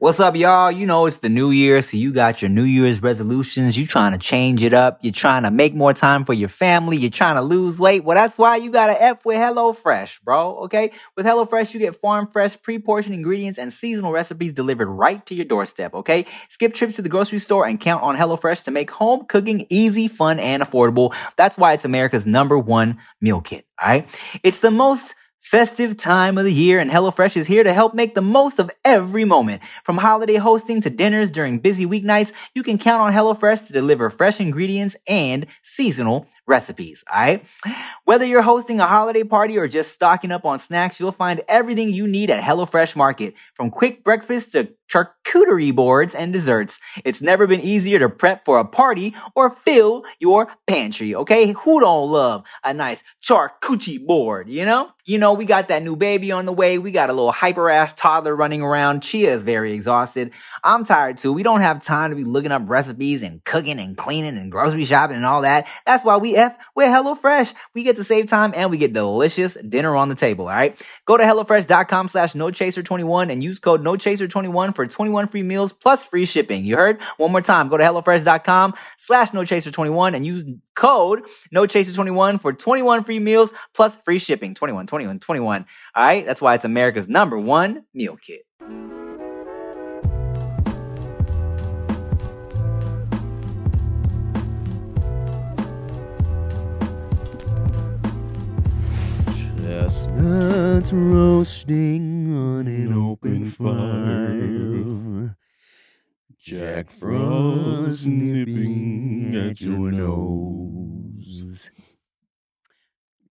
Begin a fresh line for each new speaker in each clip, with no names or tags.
What's up, y'all? You know, it's the new year, so you got your new year's resolutions. you trying to change it up. You're trying to make more time for your family. You're trying to lose weight. Well, that's why you got to F with HelloFresh, bro. Okay. With HelloFresh, you get farm fresh, pre portioned ingredients and seasonal recipes delivered right to your doorstep. Okay. Skip trips to the grocery store and count on HelloFresh to make home cooking easy, fun, and affordable. That's why it's America's number one meal kit. All right. It's the most Festive time of the year and HelloFresh is here to help make the most of every moment. From holiday hosting to dinners during busy weeknights, you can count on HelloFresh to deliver fresh ingredients and seasonal recipes, alright? Whether you're hosting a holiday party or just stocking up on snacks, you'll find everything you need at HelloFresh Market. From quick breakfast to charcuterie boards and desserts. It's never been easier to prep for a party or fill your pantry, okay? Who don't love a nice charcuterie board, you know? You know, we got that new baby on the way. We got a little hyper ass toddler running around. Chia is very exhausted. I'm tired too. We don't have time to be looking up recipes and cooking and cleaning and grocery shopping and all that. That's why we F with HelloFresh. We get to save time and we get delicious dinner on the table, all right? Go to HelloFresh.com slash NoChaser21 and use code NoChaser21 for 21 free meals plus free shipping. You heard? One more time. Go to HelloFresh.com slash NoChaser21 and use code NoChaser21 for 21 free meals plus free shipping. 21, 21, 21. All right? That's why it's America's number one meal kit.
Chestnuts roasting on an open fire. Jack Frost nipping at your nose.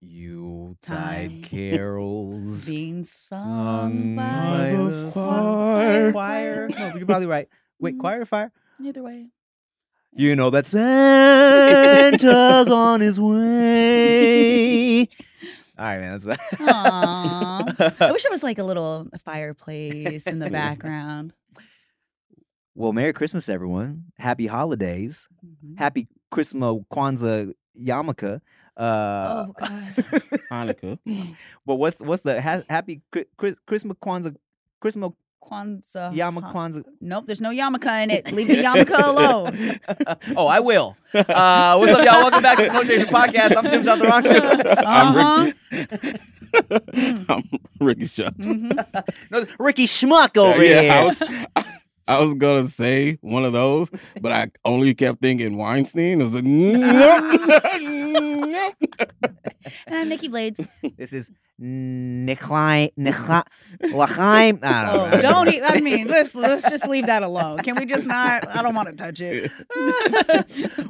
Yuletide
Tide
carols
Being sung
sung
by
by the
choir.
fire.
choir.
No, you're probably right. Wait,
Mhm.
choir or fire?
Either way.
You know that Santa's on his way. All right, man. That's
Aw. I wish it was like a little fireplace in the background.
Well, Merry Christmas, everyone. Happy holidays.
Mhm.
Happy Christmas, Kwanzaa, Yamaka. Uh,
Oh, God.
Hanukkah.
But what's what's the ha- happy Chris, Christmas Kwanzaa Christmas
Kwanzaa.
Yama
Oh, huh?
Kwanzaa?
Nope, there's no yarmulke in it. Leave the yarmulke alone.
oh, I will. Uh, what's up, y'all? Welcome back to the No Chaser Podcast. I'm Tim Shotteron.
Uh-huh.
Uh-huh. Mm-hmm.
I'm Ricky Shots.
Mhm.
no, Ricky Schmuck over
yeah,
here.
I was, I was gonna say one of those, but I only kept thinking Weinstein. I was like, no, no.
And I'm Nikki Blades.
This is Nikolai Nikolai Lachaim. Ah, I don't e- know.
Oh, don't eat. I mean, let's let's just leave that alone. Can we just not? I don't want to touch it.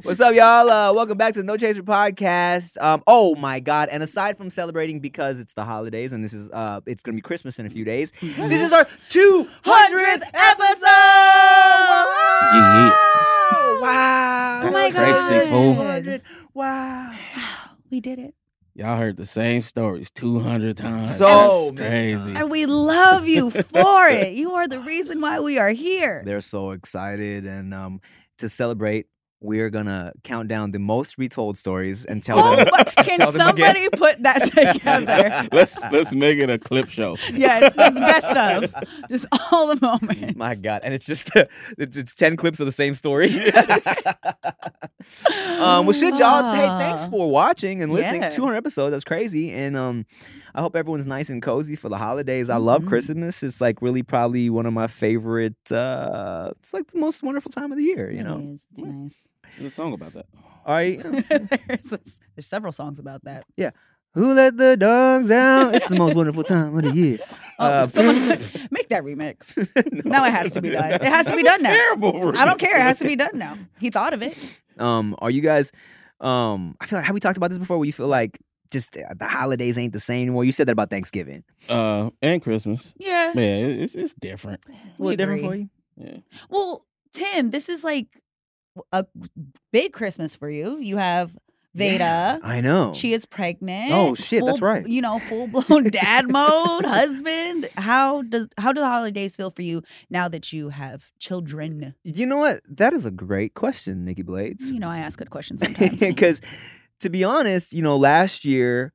What's up, y'all? Uh, welcome back to the No Chaser podcast. Um, oh my God! And aside from celebrating because it's the holidays and this is uh, it's gonna be Christmas in a few days. this is our two hundredth episode. Wow!
Oh my
That's crazy, fool.
God.
Wow!
We did it,
Y'all heard the same stories two hundred times.
So
That's
many
crazy.
and we love you for it. You are the reason why we are here.
They're so excited and um, to celebrate
we're gonna count down the most retold stories and tell
Oh,
them.
but can
Tell them again.
somebody put that together?
let's let's make it a clip show.
yes, just best of, just all the moments.
My God, and it's just it's, it's ten clips of the same story. um, well, shit, y'all. Hey, thanks
Ah.
for watching and listening.
Yeah.
Two hundred episodes. That's crazy. And um, I hope everyone's nice and cozy for the holidays. I love
Mhm.
Christmas. It's like really probably one of my favorite. Uh, it's like the most wonderful time of the year. You
It
know.
is. It's nice.
There's a song about that.
All right.
there's, there's several songs about that.
Who let the dogs out? It's the most wonderful time of the year.
Oh,
Uh,
someone make that remix. Now it has to be done. It has to be done now.
Terrible.
I don't care. It has to be done now. He thought of it.
Um, are you guys? Um, I feel like have we talked about this before? Where you feel like just uh, the holidays ain't the same anymore. You said that about Thanksgiving.
Uh, and Christmas.
Yeah.
Yeah, it- it's it's different.
We
different
agree.
for you?
Yeah.
Well, Tim, this is like a big Christmas for you. You have Veda.
I know.
She is pregnant.
Oh, shit, that's
full-
right.
You know, full blown dad mode, husband. How does how do the holidays feel for you now that you have children?
you know what? That is a great question, Nikki Blades.
You know, I ask good questions sometimes.
Because to be honest, you know, last year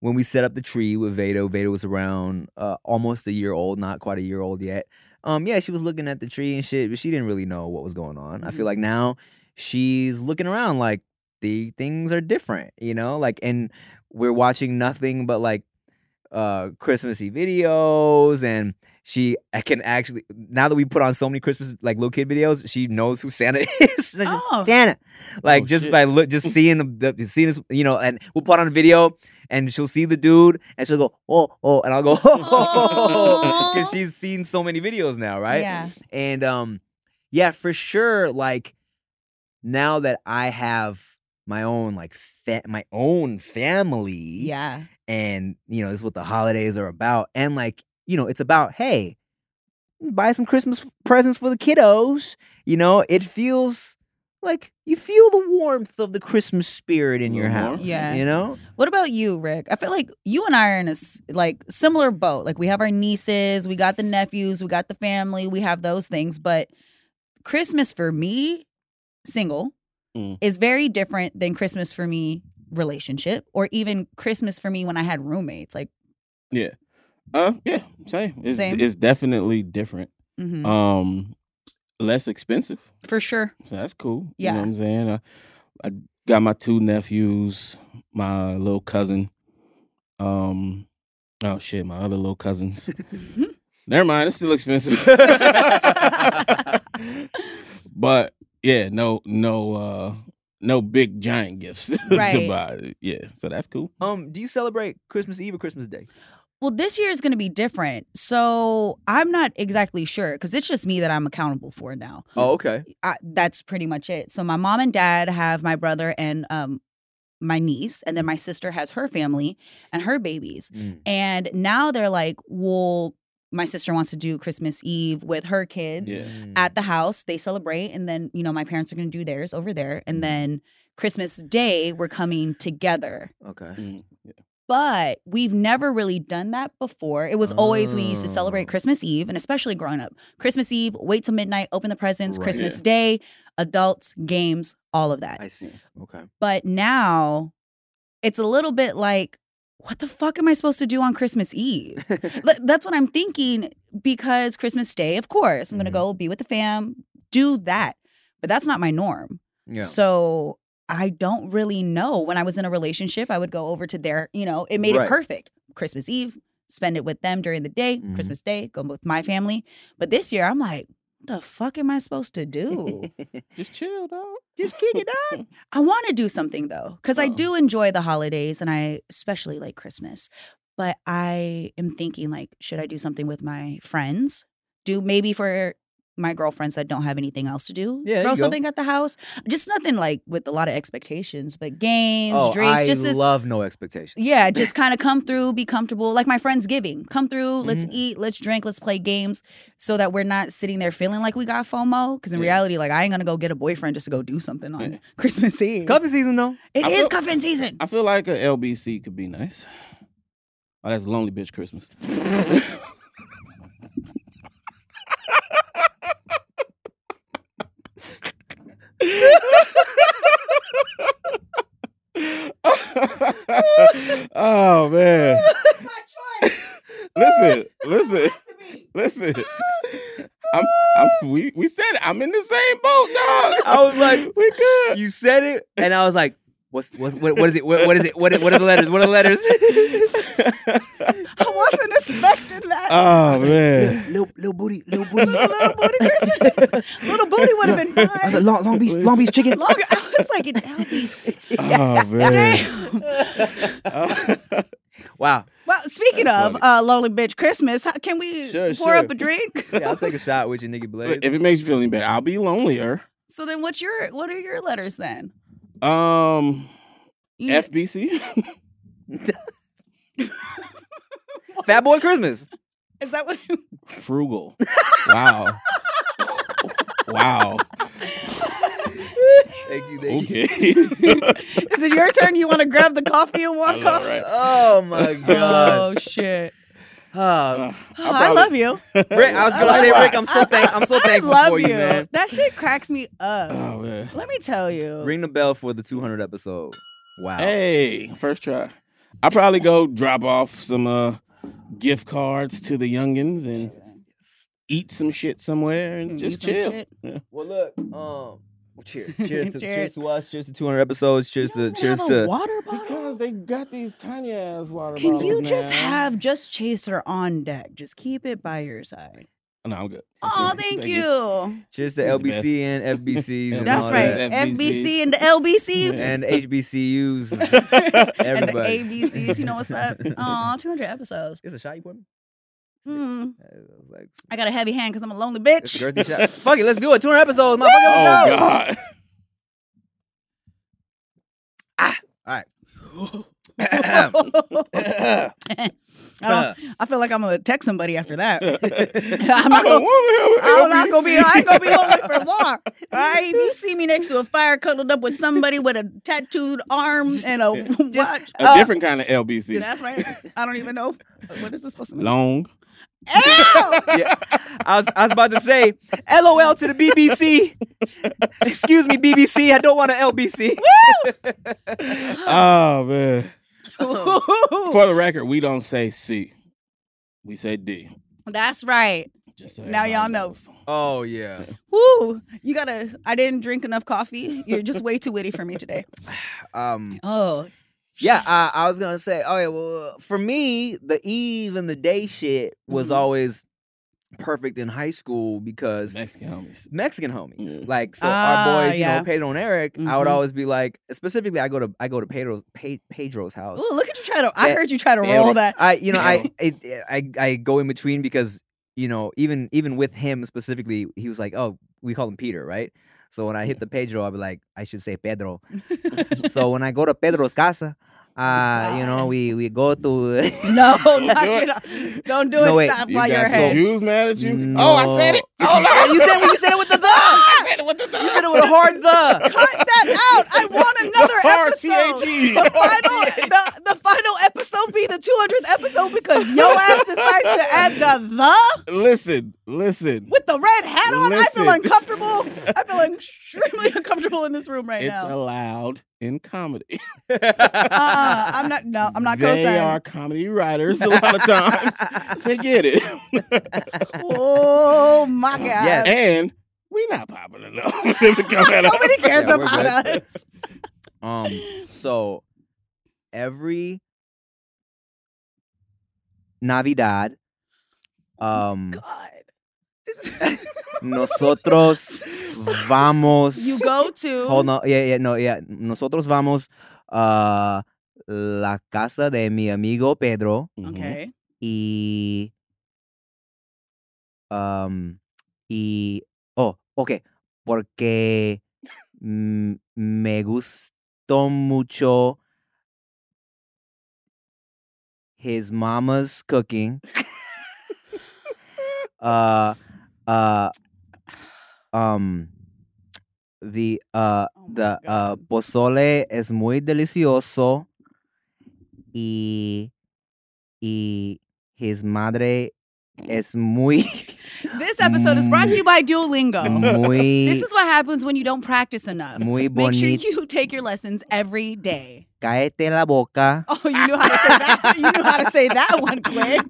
when we set up the tree with Vado, Vado was around uh, almost a year old, not quite a year old yet. Um, yeah, she was looking at the tree and shit, but she didn't really know what was going on. I feel
Mhm.
like now she's looking around like the things are different, you know, like and we're watching nothing but like uh Christmassy videos and she I can actually now that we put on so many Christmas like little kid videos, she knows who Santa is. She's like,
Oh.
Santa. Like
Oh,
just
shit.
by look just seeing the, the seeing this, you know, and we'll put on a video and she'll see the dude and she'll go, oh, oh, and I'll go, oh, because
Aw.
she's seen so many videos now, right?
Yeah.
And um, yeah, for sure. Like now that I have my own like fa- my own family,
Yeah.
and you know, this is what the holidays are about. And like, you know, it's about, hey, buy some Christmas f- presents for the kiddos. You know, it feels like you feel the warmth of the Christmas spirit in your
Little
house.
warmth.
Yeah.
You know?
What about you, Rick? I feel like you and I are in a s- like similar boat. Like we have our nieces, we got the nephews, we got the family, we have those things. But Christmas for me, single,
Mm.
is very different than Christmas for me, relationship, or even Christmas for me when I had roommates. Like,
Uh, yeah, same. It's,
Same.
It's definitely different.
mhm,
Um, less expensive.
for sure.
So that's cool.
Yeah.
You know what I'm saying? I, I got my two nephews, my little cousin. Um oh shit, my other little cousins. Never mind, it's still expensive. but yeah, no no uh no big giant gifts to
Right.
buy. Yeah, so that's cool.
Um, do you celebrate Christmas Eve or Christmas Day?
Well, this year is going to be different. So I'm not exactly sure because it's just me that I'm accountable for now.
Oh, okay.
I, that's pretty much it. So my mom and dad have my brother and um my niece, and then my sister has her family and her babies.
Mm.
And now they're like, well, my sister wants to do Christmas Eve with her kids
Yeah.
at the house. They celebrate, and then you know my parents are going to do theirs over there, and then Christmas Day we're coming together.
okay.
Mm, yeah.
But we've never really done that before. It was always we used to
Oh.
celebrate Christmas Eve, and especially growing up, Christmas Eve, wait till midnight, open the presents,
Right.
Christmas Day, adults, games, all of that.
I see. Okay.
But now it's a little bit like, what the fuck am I supposed to do on Christmas Eve? Th- That's what I'm thinking because Christmas Day, of course, I'm going to
Mhm.
go be with the fam, do that. But that's not my norm.
yeah.
So I don't really know. When I was in a relationship, I would go over to their, you know, it made
Right.
it perfect. Christmas Eve, spend it with them during the day,
Mhm.
Christmas Day, go with my family. But this year, I'm like, what the fuck am I supposed to do?
Just chill, dog.
Just kick it up. I want to do something though, because I
Oh.
do enjoy the holidays and I especially like Christmas. But I am thinking, like, should I do something with my friends? Do maybe for my girlfriends that don't have anything else to do?
Yeah, there
throw
you go.
something at the house. Just nothing like with a lot of expectations, but games,
oh,
drinks,
I
just as
love no expectations.
yeah, just kind of come through, be comfortable. Like my friends giving, come through, let's
Mhm.
eat, let's drink, let's play games, so that we're not sitting there feeling like we got FOMO. Because in
Yeah.
reality, like I ain't gonna go get a boyfriend just to go do something on
Yeah.
Christmas Eve.
Cuffing season though.
It
I
is
feel-
cuffing season.
I feel like a LBC could be nice. Oh, that's lonely bitch Christmas. Oh, listen. I'm, I'm, we, we said it. I'm in the same boat, dog.
I was like-
we good.
You said it, and I was like, "What's what's what, what is it? What, what is it? What, what are the letters? What are the letters?"
I wasn't expecting that.
Uh,
oh man.
little, little booty, little booty.
little booty Christmas. little booty would have been fine.
I was like, "Long, Long Beach, Long Beach chicken."
Long- I was like, an LBC.
Uh-huh.
Oh man.
Damn.
Wow.
Well, speaking of uh, Lonely Bitch Christmas, how, can we
Sure,
pour
sure.
up a drink?
Yeah, I'll take a shot with you, nigga Blaze.
if it makes you feel any better, I'll be lonelier.
so then, what's your what are your letters then?
Um,
You-
FBC.
Fat Boy Christmas.
is that what?
Frugal. Wow. wow.
Thank you, thank you.
Okay.
Is it your turn? You want to grab the coffee and walk off?
Oh my god.
Oh shit!
Oh,
Uh,
Oh, I love you.
Rick, I was gonna
That's
say,
why.
Rick, I'm so thank, I'm so
I
thankful
love
for you, man. Uh,
That shit cracks me up.
Oh man.
Let me tell you.
Ring the bell for the 200 episode. Wow.
Hey, first try. I probably go drop off some uh, gift cards to the youngins and eat some shit somewhere and
Mm,
just
you some
chill.
shit.
Yeah.
Well, look. Um. well, Cheers. Cheers to, cheers.
Cheers.
to us. Cheers to 200 episodes. Cheers
You
to
don't
cheers
have a
to
water bottle.
Because they got these tiny ass water
Can
bottles.
you just
now.
have just Chaser on deck? Just keep it by your side.
No, I'm good.
Oh, thank you.
cheers to
This is the
LBC and FBCs. and
That's
all
right.
that.
FBC and the LBC.
Yeah.
And HBCUs.
and the
Everybody.
ABCs. You know what's up? Oh, 200 episodes.
It's a shot you poured me.
Mm,
I was like,
I got a heavy hand because I'm a lonely
it's
bitch.
a girthy shot. Fuck it, let's do it. 200 episodes, motherfucker.
Oh
Let's go.
God.
I,
Oh,
don't, I feel like I'm gonna text somebody after that. I'm not
I'm a
gonna.
woman.
I'm not gonna be. I ain't gonna be lonely for long. All right. If you see me next to a fire, cuddled up with somebody with a tattooed arm and a watch,
A different kind of LBC.
uh, that's right. I don't even know what is this supposed to mean.
Long.
Ow!
yeah. I was I was about to say, LOL to the BBC. Excuse me, BBC. I don't want an LBC.
Oh man. For the record, we don't say C. We say D.
That's right.
Just so
Now y'all
everybody
know.
knows.
Oh yeah.
Woo! You gotta. I didn't drink enough coffee. You're just way too witty for me today.
Um.
Oh,
Yeah, I, I was gonna say. Oh yeah. Well, for me, the eve and the day shit was
Mhm.
always perfect in high school because
Mexican homies.
Mexican homies.
Yeah.
Like so
Ah,
our boys, you
yeah.
know, Pedro and Eric, I would
Mhm.
always be like specifically I go to I go to Pedro Pe- Pedro's house.
Ooh, look at you try to. I
Yeah.
heard you try to
Yeah.
roll that.
I you know I, I I I go in between because you know even even with him specifically he was like oh we call him Peter right so when I hit the Pedro I'll be like I should say Pedro so when I go to Pedro's casa uh you know we we go to
No, not,
do it.
you know, don't do
No,
it.
wait.
Stop
You
while
got
you're
some
ahead.
Jews mad at you? Oh, I said it.
No.
Oh, no.
you said you said it with the the
I said it with the
you said it with a hard the
Cut that out. I want another
hard E.
episode. The
THE.
final, the, the final episode be the 200th episode because your ass decides to add the the
Listen, listen.
with the red hat on. I
Listen.
feel uncomfortable. I feel extremely uncomfortable in this room right
It's
now.
allowed in comedy.
uh-uh, I'm not. No, I'm not
They
co-signing.
are comedy writers a lot of times. they get it.
Oh my god.
Yes.
and we not popular enough for them to come at us.
Nobody cares
Yeah, we're
about
good.
us.
um so every Navidad
Mm.
um
God. This is-
Nosotros vamos.
you go to
Hold on. Yeah, yeah, no, yeah. Nosotros vamos a la casa de mi amigo Pedro
Okay.
Mm-hmm.
y. Um, y. Oh, okay. Porque mm, me gustó mucho his mama's cooking. uh, uh, um, the uh,
Oh my
the uh,
God.
pozole es muy delicioso y y his madre es muy
This episode is brought to you
Mm.
by Duolingo.
muy
Oh. This is what happens when you don't practice enough.
Mm.
muy
Make sure
bonito.
you take your lessons every day.
Cáete la boca.
Oh, you knew how to say that. You knew how to say that one quick.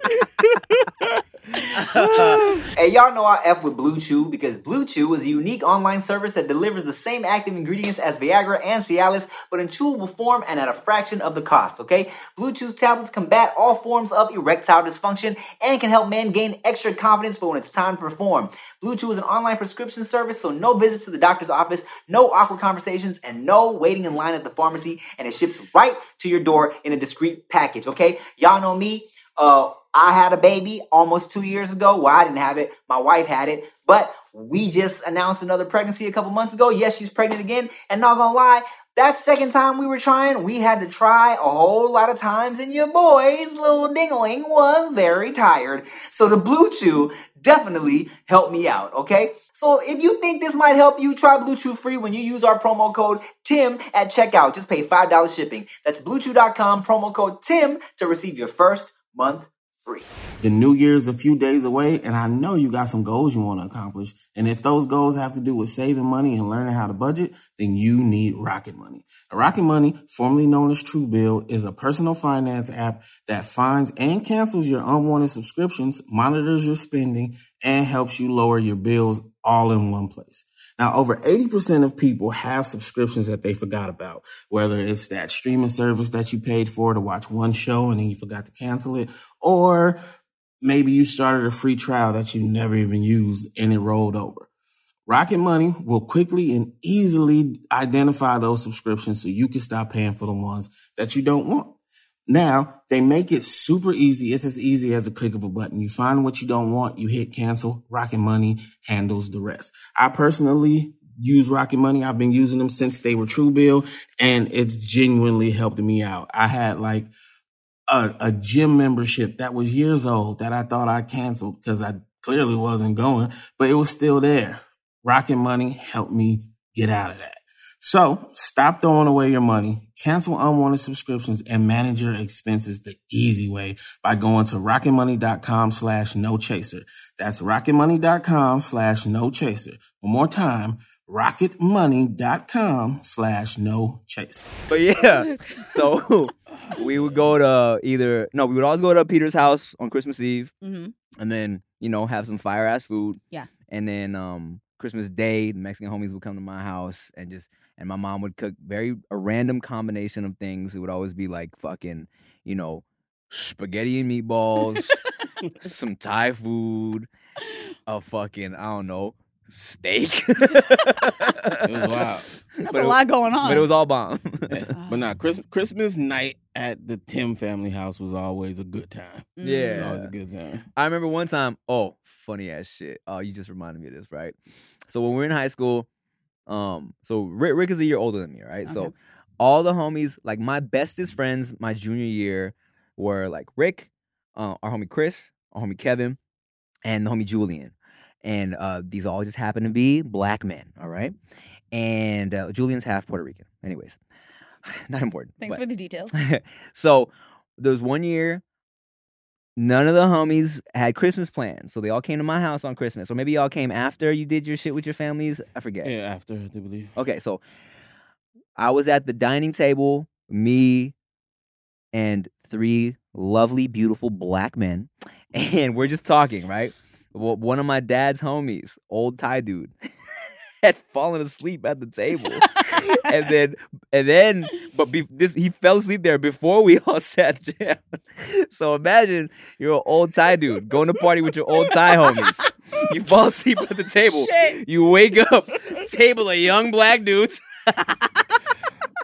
Hey, y'all know I F with Blue Chew because Blue Chew is a unique online service that delivers the same active ingredients as Viagra and Cialis, but in chewable form and at a fraction of the cost, okay? Blue Chew's tablets combat all forms of erectile dysfunction and can help men gain extra confidence for when it's time to perform. Blue Chew is an online prescription service, so no visits to the doctor's office, no awkward conversations, and no waiting in line at the pharmacy, and it ships right to your door in a discreet package, okay? Y'all know me. Uh, I had a baby almost two years ago. Well, I didn't have it. My wife had it. But we just announced another pregnancy a couple months ago. Yes, she's pregnant again. And not gonna lie, that second time we were trying, we had to try a whole lot of times, and your boy's little dingling was very tired. So the Blue Chew definitely helped me out, okay? So if you think this might help you, try Blue Chew free when you use our promo code TIM at checkout. Just pay $5 shipping. That's bluechew.com, promo code TIM to receive your first month free.
The new year is a few days away, and I know you got some goals you want to accomplish. And if those goals have to do with saving money and learning how to budget, then you need Rocket Money. Rocket Money, formerly known as Truebill, is a personal finance app that finds and cancels your unwanted subscriptions, monitors your spending, and helps you lower your bills all in one place. Now, over 80% of people have subscriptions that they forgot about, whether it's that streaming service that you paid for to watch one show and then you forgot to cancel it, or maybe you started a free trial that you never even used and it rolled over. Rocket Money will quickly and easily identify those subscriptions so you can stop paying for the ones that you don't want. Now they make it super easy. It's as easy as a click of a button. You find what you don't want, you hit cancel. Rocket Money handles the rest. I personally use Rocket Money. I've been using them since they were True Bill, and it's genuinely helped me out. I had like a, a gym membership that was years old that I thought I canceled because I clearly wasn't going, but it was still there. Rocket Money helped me get out of that. So stop throwing away your money, cancel unwanted subscriptions, and manage your expenses the easy way by going to rocketmoney.com slash no chaser. That's rocketmoney.com slash no chaser. One more time, rocketmoney.com slash no chaser.
But yeah,
Mm-hmm.
so we would go to either no, we would always go to Peter's house on Christmas Eve,
hmm
and then you know have some fire ass food.
Yeah.
And then um Christmas Day, the Mexican homies would come to my house and just and my mom would cook very a random combination of things. It would always be like fucking you know spaghetti and meatballs, some Thai food, a fucking I don't know steak.
wild.
That's
But
a
it-
lot going on.
But it was all bomb.
Yeah. but nah, Chris, Christmas night at the Tim family house was always a good time.
Mm.
Yeah.
Always a good time.
I remember one time, oh, funny ass shit. Oh, you just reminded me of this, right? So when we were in high school, um, so Rick, Rick is a year older than me, right? So
Okay.
all the homies, like my bestest friends my junior year were like Rick, uh, our homie Chris, our homie Kevin, and the homie Julian. And uh, these all just happen to be black men, all right? And uh, Julian's half Puerto Rican. Anyways, not important.
Thanks
but-
for the details.
so there was one year, none of the homies had Christmas plans. So they all came to my house on Christmas. Or maybe y'all came after you did your shit with your families. I forget.
Yeah, after I do believe.
Okay, so I was at the dining table, me and three lovely, beautiful black men, and we're just talking, right? Well, One of my dad's homies, old Thai dude, had fallen asleep at the table. and then, and then, but be, this he fell asleep there before we all sat down. So imagine you're an old Thai dude going to party with your old Thai homies. You fall asleep at the table.
Shit.
You wake up, table of young black dudes.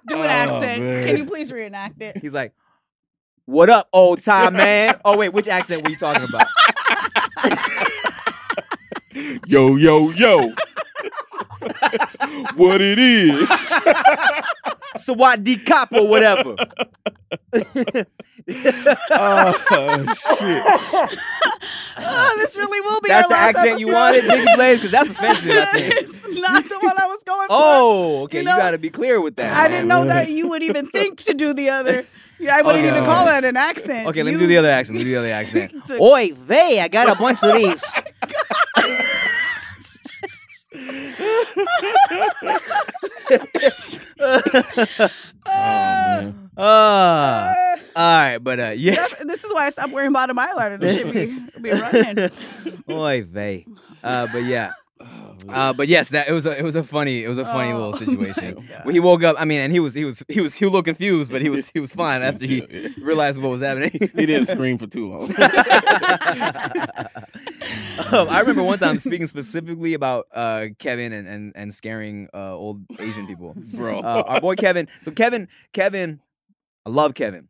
Do
Oh,
an accent.
man.
Can you please reenact it?
He's like, "What up, old time man?" Oh wait, which accent were you talking about?
Yo, yo, yo. what it is.
Sawadi cop or whatever.
oh, shit.
oh, this really will be
That's
our
the
last
accent you
episode.
wanted, nigga Blaze, because that's offensive. I think.
it's not the one I was going for.
Oh, okay, you,
know,
gotta be clear with that.
I didn't know that you would even think to do the other. Yeah, I wouldn't
Okay.
even call that an accent.
Okay, let me
You-
do the other accent. Let me do the other accent.
To-
Oi, they, I got a bunch of these.
Oh, man.
Uh, Ah, all right, but uh, Yes.
That's- this is why I stopped wearing bottom eyeliner. This should be, be running.
Oy vey. Uh, but yeah.
Oh,
Uh, but yes, that it was a it was a funny it was a funny
Oh,
little situation.
my God.
When he woke up, I mean, and he was he was he was he was a little confused, but he was he was fine after he realized what was happening.
he didn't scream for too long.
um, I remember one time speaking specifically about uh, Kevin and, and and scaring uh, old Asian people.
Bro.
Uh, our boy Kevin. So Kevin, Kevin, I love Kevin.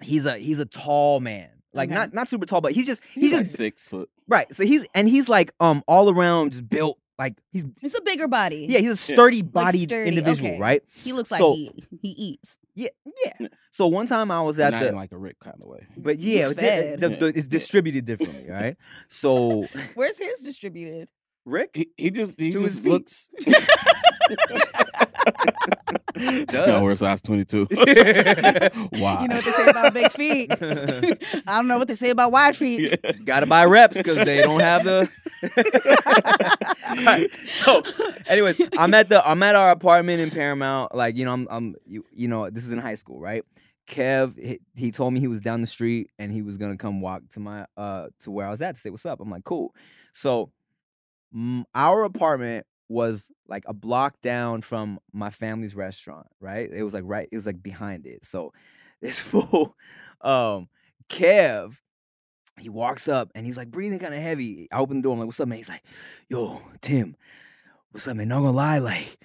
He's a he's a tall man. Like
Okay.
not not super tall, but he's just he's
he's like
just
six foot.
right. So he's and he's like um all around just built like he's
It's a bigger body.
yeah he's a sturdy bodied
sturdy,
individual,
okay.
right?
He looks like
So-
he he eats.
Yeah, yeah. So one time I was at
Not
the
in like a Rick kind of way.
but yeah,
You
it
fed.
did- the- the- it's distributed differently, right? So
Where's his distributed?
Rick,
He, he just he
To his
just
feet.
looks.
Duh.
No, we're size twenty two. wow.
You know what they say about big feet. I don't know what they say about wide feet.
gotta buy reps because they don't have the. Alright, So, anyways, I'm at the I'm at our apartment in Paramount. Like you know, I'm I'm you, you know this is in high school, right? Kev, he, he told me he was down the street and he was gonna come walk to my uh to where I was at to say what's up. I'm like cool. So, mm, our apartment was like a block down from my family's restaurant, right? It was like right, it was like behind it. So, this fool, um, Kev, he walks up and he's like breathing kind of heavy. I open the door. I'm like, "What's up, man?" He's like, "Yo, Tim, what's up, man? Not gonna lie, like,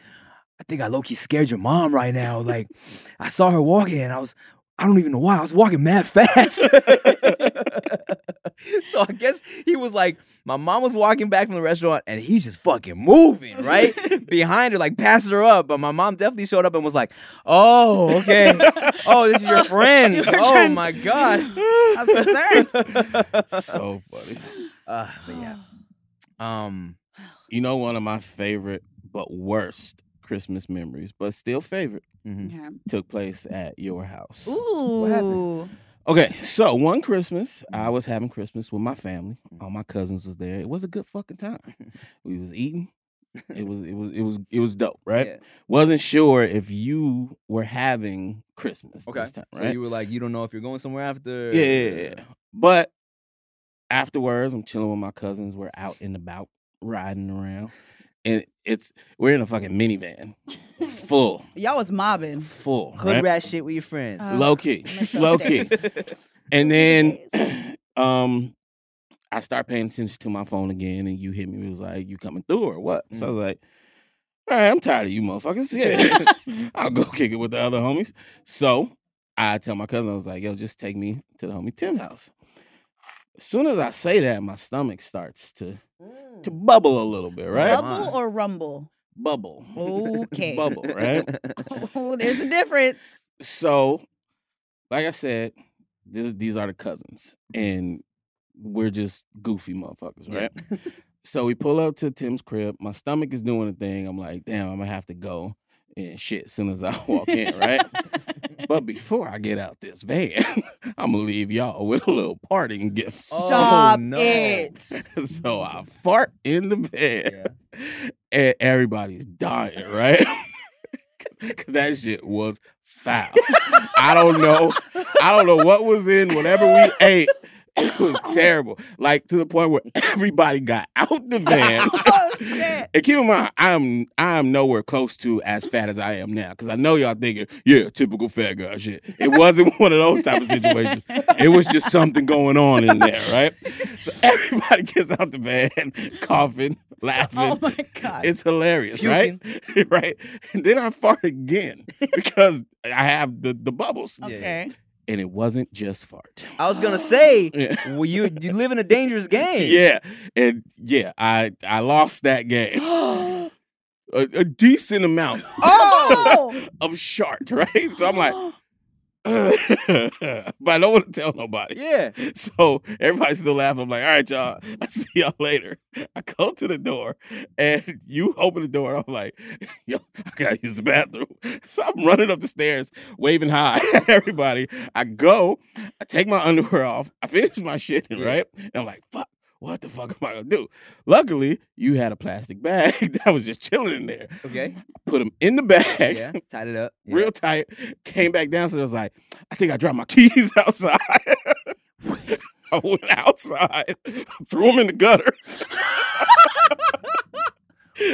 I think I low key scared your mom right now. Like, I saw her walking and I was, I don't even know why. I was walking mad fast. so I guess he was like, my mom was walking back from the restaurant and he's just fucking moving right behind her, like passing her up. But my mom definitely showed up and was like, "Oh, okay. Oh, this is your friend.
You were
oh
trying-
my god."
I was concerned.
so funny.
Uh, but yeah. Um.
You know, one of my favorite but worst Christmas memories, but still favorite,
mhm.
Okay.
took place at your house.
Ooh.
Okay, so one Christmas, I
Mm-hmm.
was having Christmas with my family. All my cousins was there. It was a good fucking time. We was eating. It was it was it was it was dope, right?
Yeah.
Wasn't sure if you were having Christmas
Okay.
this time, right?
So you were like, you don't know if you're going somewhere after.
Yeah, yeah, yeah, yeah. But afterwards, I'm chilling with my cousins. We're out and about riding around, and it's we're in a fucking minivan, full,
Y'all was mobbing.
full,
Hood
right?
rat shit with your friends.
Uh,
low key,
miss those
low key.
days.
And
Those
then, um, I start paying attention to my phone again, and you hit me. It was like, "You coming through or what?" So I was like. All right, I'm tired of you motherfuckers. Yeah. I'll go kick it with the other homies. So I tell my cousin, I was like, yo, just take me to the homie Tim's house. As soon as I say that, my stomach starts to
Mm.
to bubble a little bit, right?
Bubble or rumble?
Bubble.
Okay.
Bubble, right?
Oh, there's a difference.
So, like I said, this, these are the cousins, and we're just goofy motherfuckers,
Mm-hmm. Yeah.
right? so we pull up to Tim's crib. My stomach is doing a thing. I'm like, damn, I'm gonna have to go and shit as soon as I walk in, right? but before I get out this van, I'm gonna leave y'all with a little party and get
Oh,
Stop
no.
it.
so I fart in the bed,
Yeah.
and everybody's dying, right? 'Cause that shit was foul. I don't know. I don't know what was in whatever we ate. It was terrible. Like to the point where everybody got out the van.
Oh shit.
And keep in mind, I'm I'm nowhere close to as fat as I am now, because I know y'all thinking, yeah, typical fat guy shit. It wasn't one of those type of situations. It was just something going on in there, right? So everybody gets out the van, coughing, laughing.
Oh my god.
It's hilarious, right? right. And then I fart again because I have the the bubbles,
yeah.
okay.
and it wasn't just fart.
I was gonna say,
Yeah.
well, you you live in a dangerous game.
Yeah, and yeah, I I lost that game.
oh.
A, a decent amount
Oh.
of shark, right? So I'm like, but I don't want to tell nobody.
Yeah.
So everybody's still laughing. I'm like, all right, y'all, I'll see y'all later. I go to the door and you open the door. And I'm like, yo, I gotta use the bathroom. So I'm running up the stairs, waving hi at everybody. I go, I take my underwear off, I finish my shit,
Yeah.
right? And I'm like, fuck, what the fuck am I gonna do? Luckily, you had a plastic bag that was just chilling in there.
Okay.
Put them in the bag.
Yeah. Tied it up. Yeah.
Real tight, came back downstairs. I was like, I think I dropped my keys outside. I went outside, threw them in the gutter,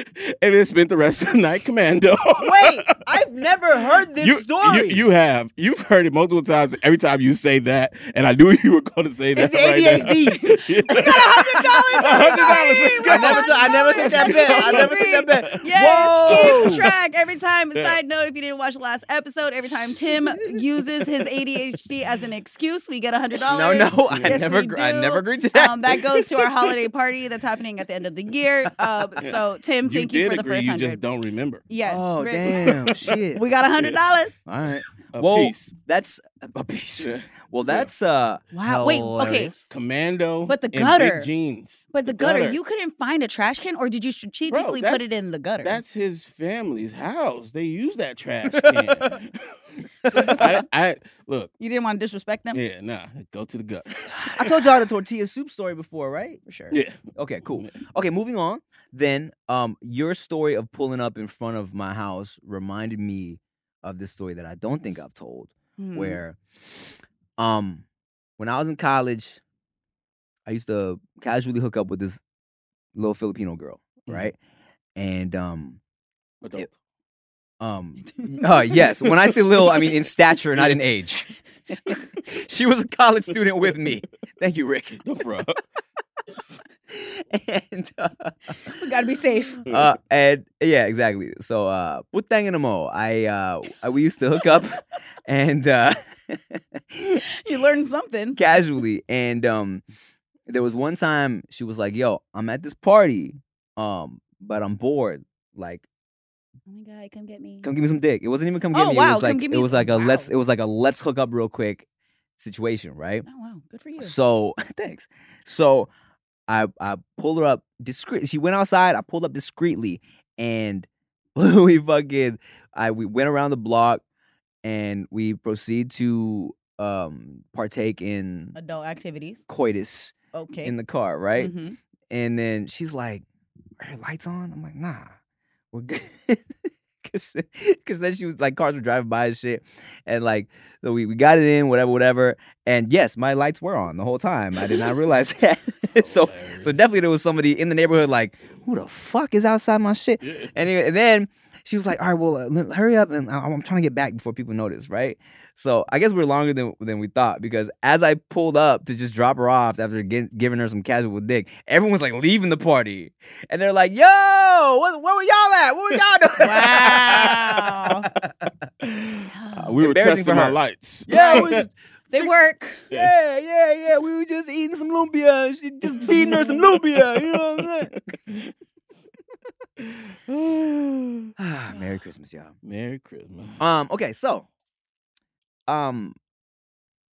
and then spent the rest of the night commando.
Wait, I've never heard this
you, you-
story.
You, have. You've heard it multiple times. Every time you say that, and I knew you were going to say that.
It's the
ADHD. Right now. $100.
I never, took, I never took that bet. I never took that bet. Whoa!
Yes, keep track every time.
Yeah.
Side note: If you didn't watch the last episode, every time Tim uses his ADHD as an excuse, we get hundred
No,
dollars.
no, I
Yes,
never,
we
gr- I
do.
never agreed to that.
Um, that goes to our holiday party that's happening at the end of the year. Um, so, Tim,
You
thank you,
did
for the
agree.
first
You just
hundred.
don't remember.
Yeah.
Oh
Rick,
damn! Shit.
We got hundred dollars.
All right.
A
well,
piece.
that's a piece.
Yeah.
Well, that's uh.
Wow. Wait. Okay.
hilarious.
Commando.
But the
and big
gutter.
jeans.
But the gutter, you couldn't find a trash can, or did you strategically put
that's-
it in the gutter?
That's his family's house. They use that trash can. I, I look.
you didn't want to disrespect them.
Yeah, nah. Go to the gutter.
I told y'all the tortilla soup story before, right?
For sure.
Yeah.
Okay, cool. Okay, moving on. Then, um, your story of pulling up in front of my house reminded me of this story that I don't think I've told.
Hmm.
Where, um, when I was in college, I used to casually hook up with this little Filipino girl,
Mhm.
right? And um,
Adult.
um, uh, yes. When I say little, I mean in stature, not in age. she was a college student with me. Thank you, Rick.
No, bro.
and uh,
We gotta be safe.
uh, and yeah, exactly. So, uh, putang ina mo, I uh, I- we used to hook up and uh,
You learned something.
casually, and um, there was one time she was like, "Yo, I'm at this party, um, but I'm bored. Like,
Oh my god, come get me.
come give me some dick." It wasn't even come get
Oh,
me.
wow,
it was
come
like
give
it
me
was
some-
like a let's
wow.
it was like a let's hook up real quick situation, right?
Oh wow, good for you.
So thanks. So I I pulled her up discreet. She went outside. I pulled up discreetly, and we fucking I we went around the block, and we proceed to um partake in
Adult activities.
coitus
Okay.
in the car, right?
Mhm.
And then she's like, "Are her lights on?" I'm like, "Nah, we're good." Cause, 'cause then she was like, cars were driving by and shit, and like, so we, we got it in, whatever, whatever. And yes, my lights were on the whole time. I did not realize that. so, so definitely there was somebody in the neighborhood like, "Who the fuck is outside my shit?"
Yeah.
Anyway, and then she was like, "All right, well, uh, l- hurry up, and I- I'm trying to get back before people notice, right?" So I guess we're longer than than we thought because as I pulled up to just drop her off after gi- giving her some casual dick, everyone's like leaving the party, and they're like, "Yo, what, where were y'all at? What were y'all doing?"
Wow.
Uh, we were
Embarrassing
testing
for
our
her.
lights.
yeah, we were just,
They work.
yeah, yeah, yeah. We were just eating some lumpia. She just feeding her some lumpia. You know what I'm saying? Ah, Merry Christmas, y'all.
Merry Christmas.
Um, okay, so um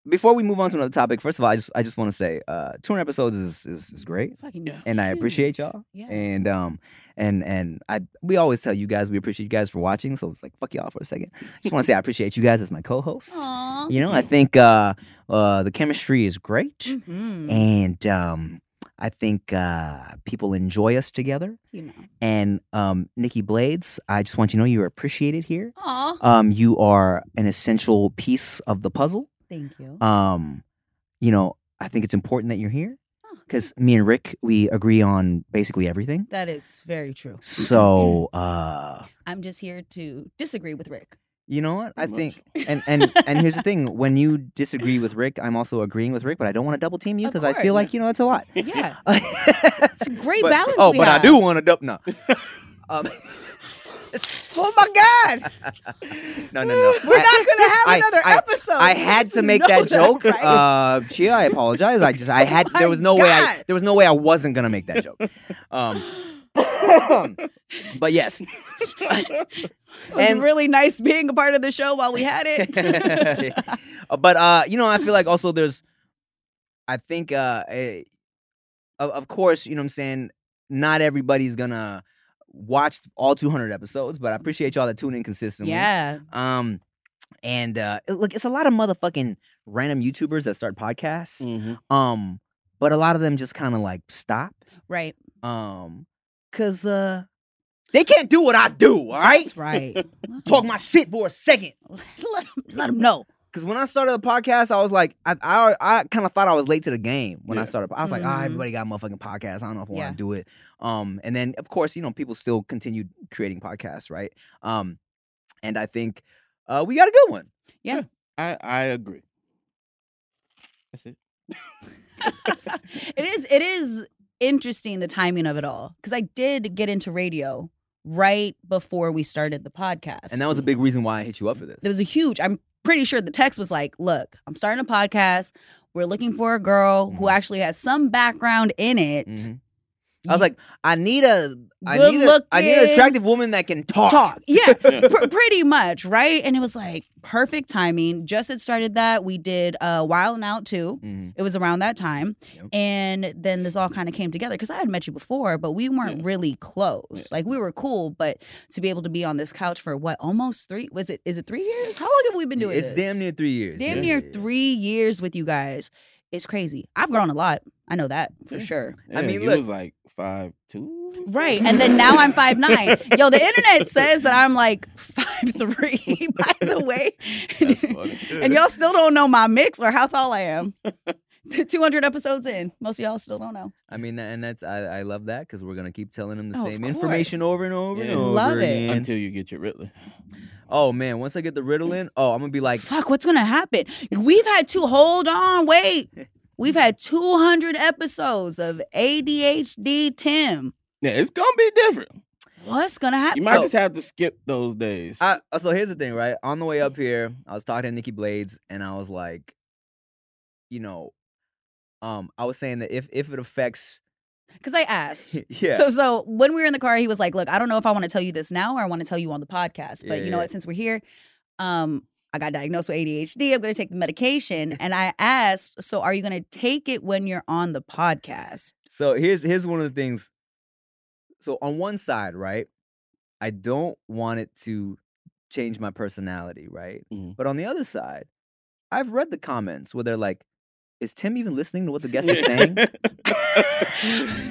before we move on to another topic, first of all, I just I just want to say uh 200 episodes is is, is great
Fucking
Yeah.
and I appreciate y'all.
Yeah.
And um and and I we always tell you guys we appreciate you guys for watching, so it's like fuck y'all for a second. Just want to say I appreciate you guys as my co-hosts.
Aw.
You know, I think uh uh the chemistry is great
Mhm.
and um I think uh people enjoy us together.
You know.
And um Nikki Blades, I just want you to know you're appreciated here.
Aw.
Um, you are an essential piece of the puzzle.
Thank you.
Um, you know, I think it's important that you're here
Oh,
because me and Rick we agree on basically everything.
that is very true.
So, uh,
I'm just here to disagree with Rick.
you know what? I
Pretty
think,
much.
and and and here's the thing: when you disagree with Rick, I'm also agreeing with Rick, but I don't want to double team you
Of
because I feel
course.
like you know that's a lot.
Yeah.
it's
a great balance
Oh,
we
but
have.
I do want to double. No. um,
oh my God.
no, no, no.
We're
I-
not gonna have
I-
another
I-
episode.
I
You
had
just
to make
Oh, know
that joke.
right? Oh
Uh, Chia, I apologize. I just, I had,
my
there was no way, I,
God.
there was no way I wasn't gonna make that joke. Um, but yes,
it was
and-
really nice being a part of the show while we had it.
Uh, but uh, you know, I feel like also there's, I think, uh, eh, of, of course, you know, what I'm saying, not everybody's gonna watch all 200 episodes, but I appreciate y'all that tune in consistently.
yeah.
Um,
Mm.
and uh, look, it's a lot of motherfucking random YouTubers that start podcasts.
Mhm.
Um, but a lot of them just kind of like stop.
Right.
Um, cause uh, they can't do what I do. All right,
That's right. Let
talk my shit for a second.
'em- let them know.
Cause when I started the podcast, I was like, I I, I kind of thought I was late to the game when I
Yeah.
started. I was like, ah,
Mhm.
everybody got a motherfucking podcast. I don't know if I
Yeah.
want to do it. Um, and then of course, you know, people still continued creating podcasts, right? Um, and I think uh, we got a good one.
I I agree. That's it.
it is it is interesting the timing of it all because I did get into radio right before we started the podcast.
And that was a big reason why I hit you up for this.
there was a huge. I'm pretty sure the text was like, "Look, I'm starting a podcast. We're looking for a girl who
Mhm.
actually has some background in it.
Mhm. I was like, I need a, I
Good
need a, I need an
looking-
attractive woman that can talk.
talk. Yeah,
Yeah.
pr- pretty much, right? And it was like perfect timing. Just had started that. We did uh, Wild and Out too.
Mhm.
It was around that time.
Yep.
And then this all kind of came together because I had met you before, but we weren't
Yeah.
really close.
Yeah.
Like we were cool, but to be able to be on this couch for what, almost three? Was it, is it three years? How long have we been doing
It's
this?
damn near three years.
Damn
yeah.
near three years with you guys. It's crazy. I've grown a lot. I know that for
Yeah.
sure.
Yeah,
I mean,
you
look-
was like five two,
Right. And then now I'm five nine. Yo, the internet says that I'm like five three, by the way.
That's funny.
and y'all still don't know my mix or how tall I am. 200 episodes in. Most of y'all still don't know.
I mean, and that's I, I love that because we're gonna keep telling them the
Oh, of
same information over and over and
Yeah.
over
Love it.
again.
until you get your Ritalin.
oh man, once I get the Ritalin, oh, I'm gonna be like,
Fuck, what's gonna happen? We've had two, hold on, wait. We've had 200 episodes of ADHD Tim.
Yeah, it's gonna be different.
What's gonna happen?
You might
So-
just have to skip those days.
I, uh, so here's the thing, right? On the way up here, I was talking to Nikki Blades, and I was like, you know, um, I was saying that if if it affects,
Because I asked.
yeah,
So so when we were in the car, he was like, "Look, I don't know if I want to tell you this now or I want to tell you on the podcast, but
Yeah,
you know
yeah.
what? Since we're here, um, I got diagnosed with ADHD. I'm going to take the medication." and I asked, "So are you going to take it when you're on the podcast?"
So here's here's one of the things. So on one side, right, I don't want it to change my personality, right?
Mhm.
But on the other side, I've read the comments where they're like, "Is Tim even listening to what the guest is saying?"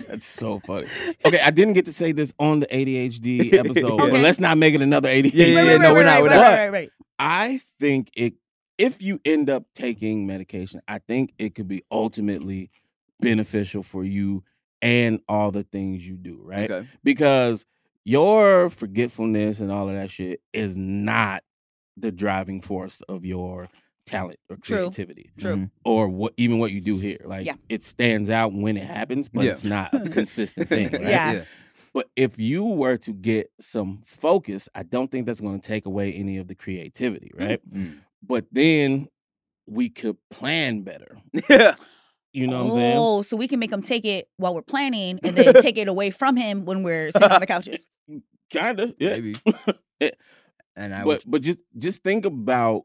That's so funny. Okay, I didn't get to say this on the ADHD episode,
Okay.
but let's not make it another ADHD.
Yeah, yeah, yeah, no, we're not, we're
right,
not.
Right, right, right.
I think it if you end up taking medication, I think it could be ultimately beneficial for you and all the things you do, right?
Okay.
Because your forgetfulness and all of that shit is not the driving force of your talent or
True.
creativity Mm-hmm.
True.
Mhm.
or what even what you do here. Like
Yeah.
it stands out when it happens, but
Yeah.
it's not a consistent thing, right?
Yeah.
But if you were to get some focus, I don't think that's going to take away any of the creativity, right?
Mm.
But then we could plan better.
Yeah.
You know
oh,
what I'm saying?
so we can make him take it while we're planning, and then take it away from him when we're sitting on the couches.
Kinda, yeah.
Maybe.
Yeah.
And I
but
would.
but just just think about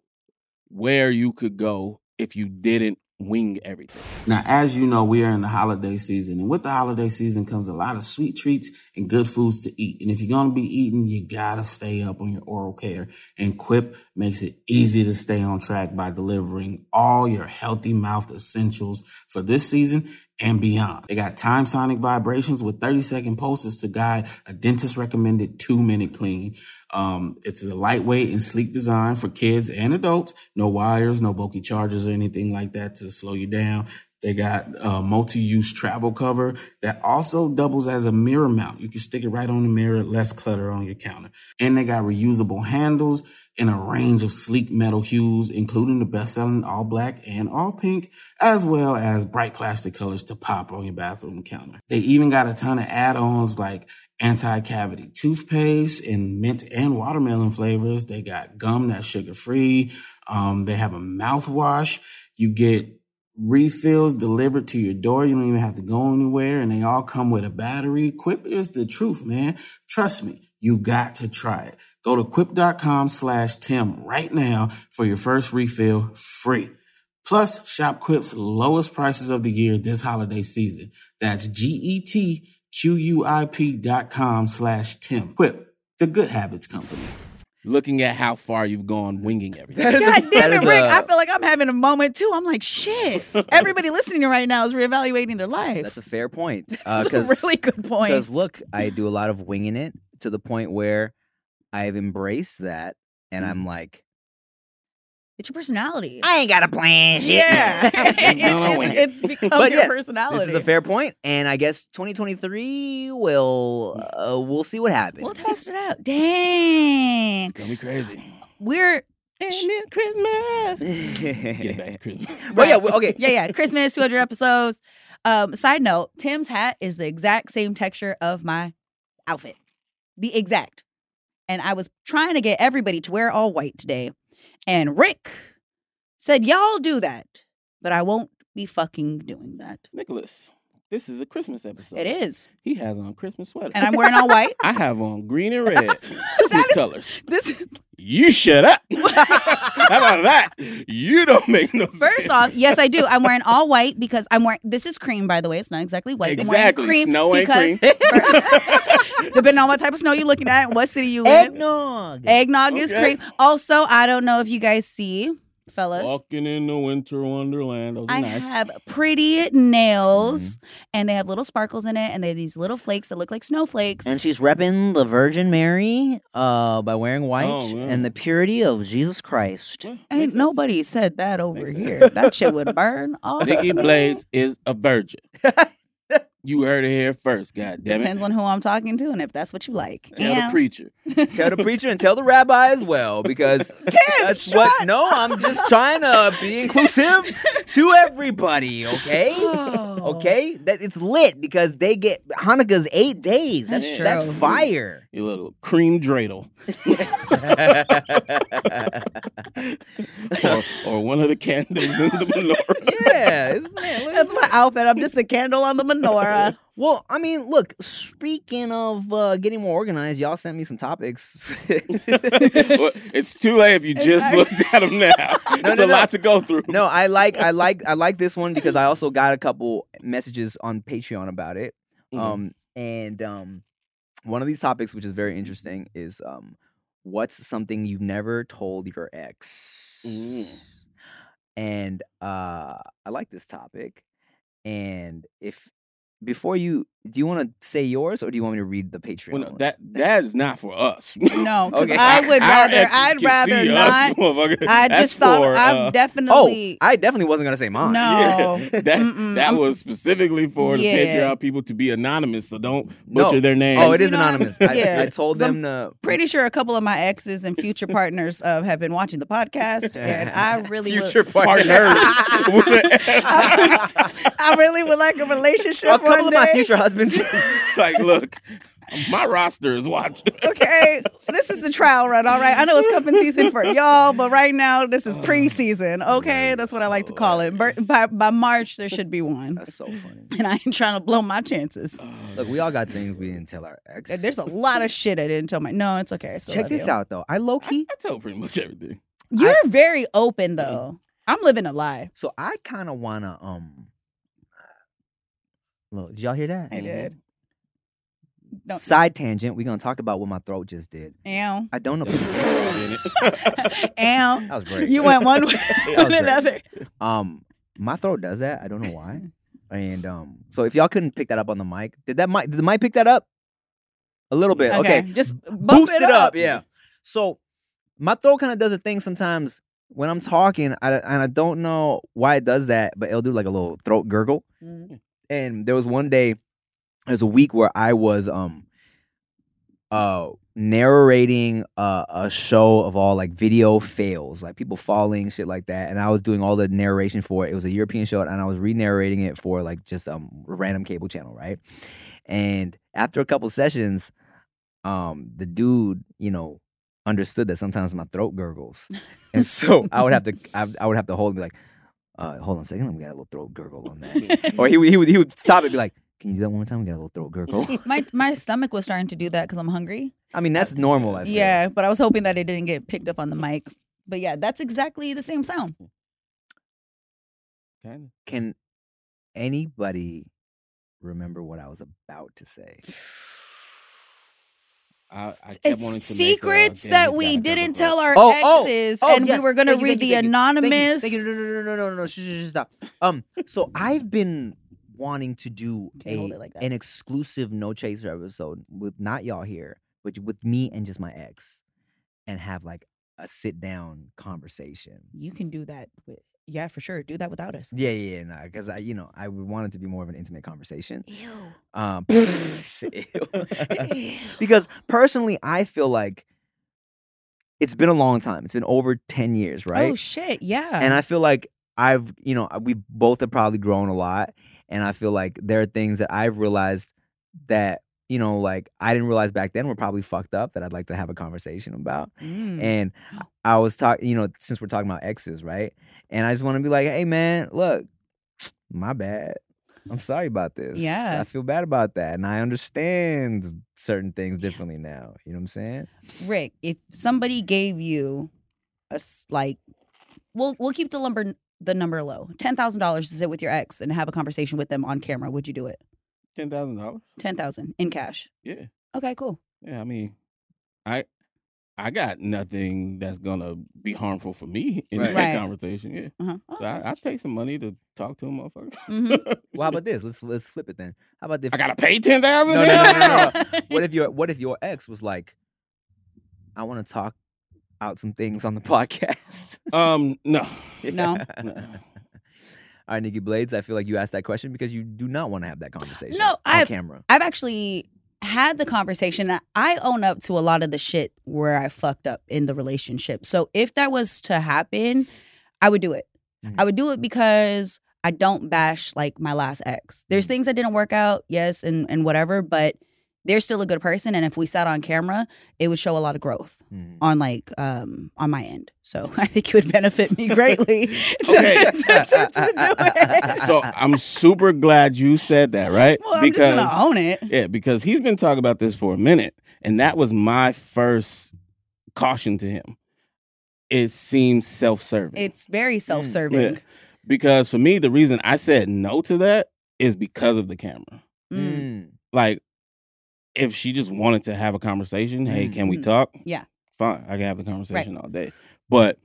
where you could go if you didn't wing everything.
Now, as you know, we are in the holiday season, and with the holiday season comes a lot of sweet treats and good foods to eat. And if you're gonna be eating, you gotta stay up on your oral care. And Quip makes it easy to stay on track by delivering all your healthy mouth essentials for this season and beyond. They got time sonic vibrations with 30 second pulses to guide a dentist recommended two minute clean. Um, it's a lightweight and sleek design for kids and adults. No wires, no bulky chargers or anything like that to slow you down. They got a multi-use travel cover that also doubles as a mirror mount. You can stick it right on the mirror, less clutter on your counter. And they got reusable handles in a range of sleek metal hues, including the best-selling all black and all pink, as well as bright plastic colors to pop on your bathroom counter. They even got a ton of add-ons like anti-cavity toothpaste in mint and watermelon flavors. They got gum that's sugar-free. Um, they have a mouthwash. You get refills delivered to your door. You don't even have to go anywhere, and they all come with a battery. Quip is the truth, man. Trust me, you got to try it. Go to quip.com slash Tim right now for your first refill free. Plus, shop Quip's lowest prices of the year this holiday season. That's E G-E-T-Q-U-I-P dot com slash Tim. Quip, the good habits company.
looking at how far you've gone winging everything.
That is
God
that
damn it,
is
Rick.
a-
I feel like I'm having a moment too. I'm like, shit. Everybody listening right now is reevaluating their life.
That's a fair point.
That's a really good point.
Because look, I do a lot of winging it to the point where I've embraced that, and
Mm-hmm.
I'm like,
It's your personality.
I ain't got a plan. Shit.
yeah.
going with
it's, it's become
But
your
yes,
personality.
this is a fair point, and I guess 2023 will uh, we'll see what happens.
We'll test it out. Dang.
It's gonna be crazy.
We're
And it's Christmas. Get it
but
back to Christmas.
yeah, we- okay.
yeah, yeah. Christmas, 200 episodes. Um, side note, Tim's hat is the exact same texture of my outfit. The exact. And I was trying to get everybody to wear all white today. And Rick said, Y'all do that, but I won't be fucking doing that.
Nicholas, this is a Christmas episode.
It is.
He has on Christmas sweater.
And I'm wearing all white.
I have on green and red Christmas
is-
colors.
This is
You shut up. How about that? You don't make no sense.
First off, yes, I do. I'm wearing all white because I'm wearing. This is cream, by the way. It's not exactly white.
Exactly.
I'm wearing cream
Snow ain't
because depending on what type of snow you're looking at, what city you in.
Eggnog.
Eggnog is
Okay.
cream. Also, I don't know if you guys see, fellas.
Walking in the winter wonderland. Those are
I
nice. Mm-hmm.
have pretty nails, and they have little sparkles in it, and they have these little flakes that look like snowflakes.
And she's repping the Virgin Mary uh, by wearing white
Oh, yeah.
and the purity of Jesus Christ.
Well, makes
Ain't
sense.
nobody said that over
Makes
here.
sense.
That shit would burn off.
Nikki Blades is a virgin. you heard it here first. God damn it.
Depends on who I'm talking to, and if that's what you like.
Tell
Yeah.
the preacher.
Tell the preacher and tell the rabbi as well, because that's
shut
what. No, I'm just trying to be inclusive to everybody. Okay.
Oh.
Okay, that it's lit because they get Hanukkah's eight days. That's
That's
that's
true.
fire.
You little cream dreidel. or, or one of the candles in the menorah.
Yeah, it's- man, what-
That's my outfit. I'm just a candle on the menorah.
Well, I mean, look. Speaking of uh, getting more organized, y'all sent me some topics.
Well, it's too late if you just
alright.
looked at them now. There's
no,
a
no.
lot to go through.
no, I like, I like, I like this one because I also got a couple messages on Patreon about it.
Oh,
Mhm.
Um, and um, one of these topics, which is very interesting, is um, what's something you've never told your ex?
Mm.
And uh, I like this topic. And if before you, do you want to say yours or do you want me to read the Patreon?
Well, no,
one?
that that is not for us.
No, because
Okay.
I would
Our
rather.
exes
I'd
can
rather
see us,
not.
motherfucker.
I
That's
just thought
for,
I'm
uh,
definitely.
Oh, I definitely wasn't gonna say mine.
no.
yeah, that
Mm-mm.
that
I'm-
was specifically for
Yeah.
the Patreon people to be anonymous, so don't
No.
butcher their names.
Oh, it
You
is
know what I'm-
anonymous. I,
Yeah.
I told
'Cause I'm
them to.
Pretty sure a couple of my exes and future partners uh, have been watching the podcast, and I really
future
would.
partners. with an S.
I really would like a relationship.
A couple
one
of my
day.
future husbands.
it's like, look, my roster is watching.
Okay, this is the trial run. All right, I know it's cuffing season for y'all, but right now this is preseason. Okay, that's what I like to call it. Bur- By, by March, there should be one,
That's so funny.
and I ain't trying to blow my chances.
Look, we all got things we didn't tell our ex.
There- There's a lot of shit I didn't tell my. No, it's okay. I still
Check
love
this
you.
out though. I low key.
I tell pretty much everything.
You're very
Mm-hmm.
open though. I'm living a lie.
So I kind of wanna um. Look, did y'all hear that?
I did. Don't
Side tangent. We're gonna talk about what my throat just did.
ow
I don't know.
That's
ow.
that was great.
You went one way
was
with
great.
another.
Um, my throat does that. I don't know why. And um, so if y'all couldn't pick that up on the mic, did that mic? Did the mic pick that up? A little bit. Okay.
just bump
boost it up. Yeah. So my throat kind of does a thing sometimes when I'm talking, I, and I don't know why it does that, but it'll do like a little throat gurgle. Mm-hmm. And there was one day, there's a week where I was um uh narrating uh, a show of all like video fails, like people falling, shit like that. And I was doing all the narration for it. It was a European show, and I was re-narrating it for like just um a random cable channel, right? And after a couple sessions, um the dude, you know, understood that sometimes my throat gurgles, and so I would have to I, I would have to hold and be like, uh, hold on a second, let me get a little throat gurgle on that or he would, he would he would stop and be like, "Can you do that one more time?" We got a little throat gurgle.
My my stomach was starting to do that because I'm hungry.
I mean, that's normal. I feel.
Yeah, but I was hoping that it didn't get picked up on the mic. But yeah, that's exactly the same sound.
Can anybody remember what I was about to uh, say?
I, I kept
It's
wanting to make her
secrets
a
that
Jamie's
we
Gotta Grab a
didn't
Club.
tell our
Oh, oh,
exes,
oh,
and
yes.
we were gonna
Thank you,
read
thank
the
you, thank you, thank you,
anonymous.
Thank you. No, no, no, no, no, no, no. Shh, shh, shh, stop. Um. So I've been wanting to do
Can't hold
a
it like that.
an exclusive No Chaser episode with not y'all here, but with me and just my ex, and have like a sit down conversation.
You can do that. With, yeah, for sure. Do that without us.
Yeah, yeah, nah, because I, you know, I would want it to be more of an intimate conversation.
Ew.
Um, because personally, I feel like it's been a long time. It's been over ten years, right?
Oh shit. Yeah.
and I feel like I've, you know, we both have probably grown a lot, and I feel like there are things that I've realized that you know, like I didn't realize back then were probably fucked up that I'd like to have a conversation about.
Mm.
And I was talking, you know, since we're talking about exes, right? And I just want to be like, hey, man, look, my bad. I'm sorry about this.
Yeah.
I feel bad about that. And I understand certain things differently now. You know what I'm saying?
Rick, if somebody gave you a s- like, we'll we'll keep the number the number low. Ten thousand dollars to sit with your ex and have a conversation with them on camera. Would you do it?
Ten thousand dollars.
Ten thousand in cash.
Yeah,
Okay, cool.
yeah. I mean, I I got nothing that's gonna be harmful for me in
Right.
that
Right.
conversation. Yeah,
Uh-huh.
So I, I take some money to talk to a motherfucker.
Mhm.
Well, how about this? Let's let's flip it then. How about this?
I gotta pay ten thousand.
No, no, no, no, no.
What
what if your what if your ex was like, I want to talk out some things on the podcast?
Um, no.
No.
No.
All right, Nikki Blades, I feel like you asked that question because you do not want to have that conversation.
No,
on
I've-
camera.
I've actually had the conversation. that I own up to a lot of the shit where I fucked up in the relationship. So if that was to happen, I would do it.
Mm-hmm.
Mhm.
I would do it because I don't bash like my last ex. There's
Mm-hmm.
Mhm.
things that didn't work out, yes, and and whatever, but they're still a good person. And if we sat on camera, it would show a lot of growth
Mm.
on like um on my end. So I think it would benefit me greatly to,
Okay.
to, to- to do it.
So I'm super glad you said that, right?
well, I'm just gonna own it.
yeah, because he's been talking about this for a minute, and that was my first caution to him. It seems self-serving.
It's very self serving.
Mm. Yeah. because for me, the reason I said no to that is because of the camera.
Mm.
Mm.
Like, if she just wanted to have a conversation, hey,
Mm.
can we
Mhm.
talk?
Yeah.
Fine. I can have the conversation all day. But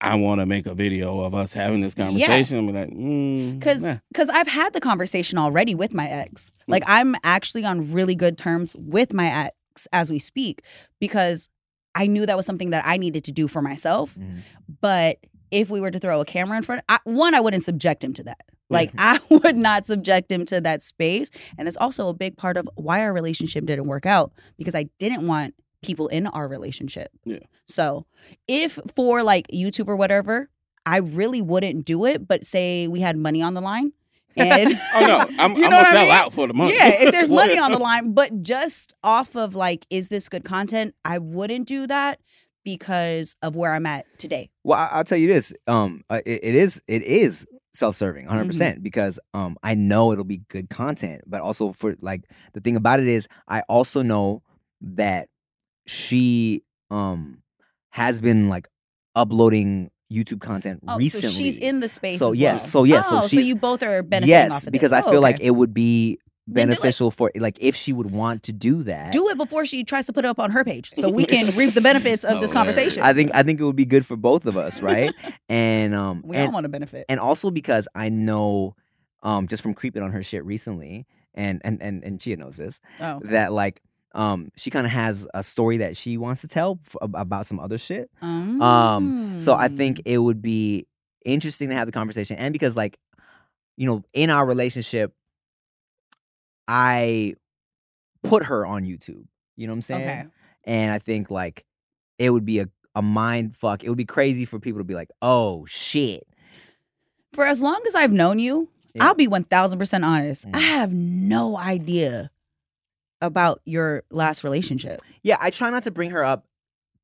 I want to make a video of us having this
Yeah.
conversation. I'm like, mm,
Cause,
nah.
cause I've had the conversation already with my ex. Like I'm actually on really good terms with my ex as we speak because I knew that was something that I needed to do for myself.
Mhm.
But if we were to throw a camera in front, I, one, I wouldn't subject him to that. Like I would not subject him to that space. And that's also a big part of why our relationship didn't work out because I didn't want people in our relationship.
Yeah.
So if for like YouTube or whatever, I really wouldn't do it, but say we had money on the line. And
oh no, I'm,
You
I'm
know
gonna
what I
sell
mean?
out for the money.
yeah, if there's money on the line, but just off of like, is this good content? I wouldn't do that because of where I'm at today.
Well, I, I'll tell you this. Um, uh, it, it is it is self-serving,
Mm-hmm.
100 percent, because um, I know it'll be good content, but also for like the thing about it is, I also know that she um has been like uploading YouTube content
Oh,
recently.
so she's in the space.
So
as
yes,
well.
so yes, so
oh,
she's-
you both are benefiting
yes,
off of this.
because I
Oh,
feel like
okay.
it would be
Then do it.
beneficial for like if she would want to do that.
do it before she tries to put it up on her page, so we can reap the benefits of this
Hilarious.
conversation.
I think I think it would be good for both of us, right? and um,
we
and,
all want to benefit.
and also because I know, um, just from creeping on her shit recently, and and and and Chia knows this
oh,
that like. Um, she kind of has a story that she wants to tell f- ab- about some other shit.
Oh.
Um, so I
Mm.
think it would be interesting to have the conversation, and because like, you know, in our relationship, I put her on YouTube. You know what I'm saying?
okay.
And I think like it would be a, a mind fuck. It would be crazy for people to be like, oh shit.
For as long as I've known you,
Yeah.
I'll be one thousand percent honest.
Mm.
I have no idea about your last relationship.
Yeah, I try not to bring her up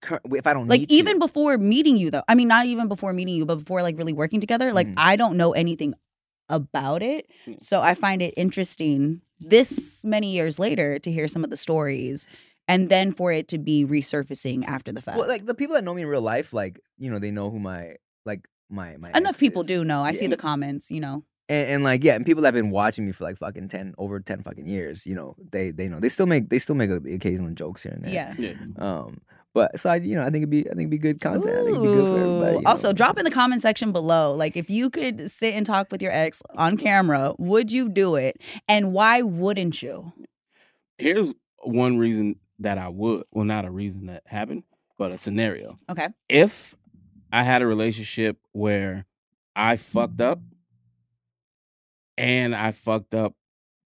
cur- if I don't
Like
need to.
even before meeting you, though. I mean, not even before meeting you, but before like really working together. Like
Mm.
I don't know anything about it,
Mm.
so I find it interesting this many years later to hear some of the stories, and then for it to be resurfacing after the fact.
well, like the people that know me in real life, like you know, they know who my like my my
Enough
ex
people
is.
do know. I see
Yeah.
the comments. You know,
and, and like yeah, and people that have been watching me for like fucking ten over ten fucking years, you know, they they know they still make they still make a, the occasional jokes here and there.
Yeah.
Yeah.
Um, but so I you know I think it'd be I think it'd be good content. I think it'd be good for everybody.
Ooh.
you know.
Also, drop in the comment section below. Like, if you could sit and talk with your ex on camera, would you do it? And why wouldn't you?
Here's one reason that I would. Well, not a reason that happened, but a scenario.
Okay.
If I had a relationship where I fucked up and I fucked up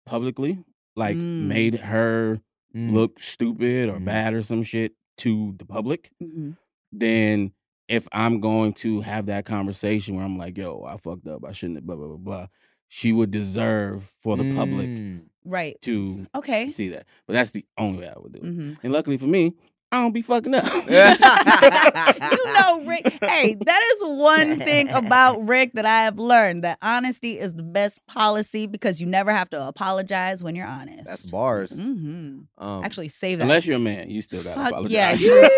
publicly, like
Mm. Mm-hmm.
made her
Mm.
look stupid or
Mhm.
bad or some shit to the public,
Mm-hmm.
Mhm.
then if I'm going to have that conversation where I'm like, yo, I fucked up, I shouldn't have, blah, blah, blah, blah, she would deserve for the public
Mm.
Right.
to
Okay.
see that. But that's the only way I would do it.
hmm
And luckily for me, I don't be fucking up.
you know, Rick. Hey, that is one thing about Rick that I have learned that honesty is the best policy because you never have to apologize when you're honest.
That's bars.
hmm
Um,
Actually, save that.
Unless you're a man, you still gotta
Fuck
apologize.
yeah,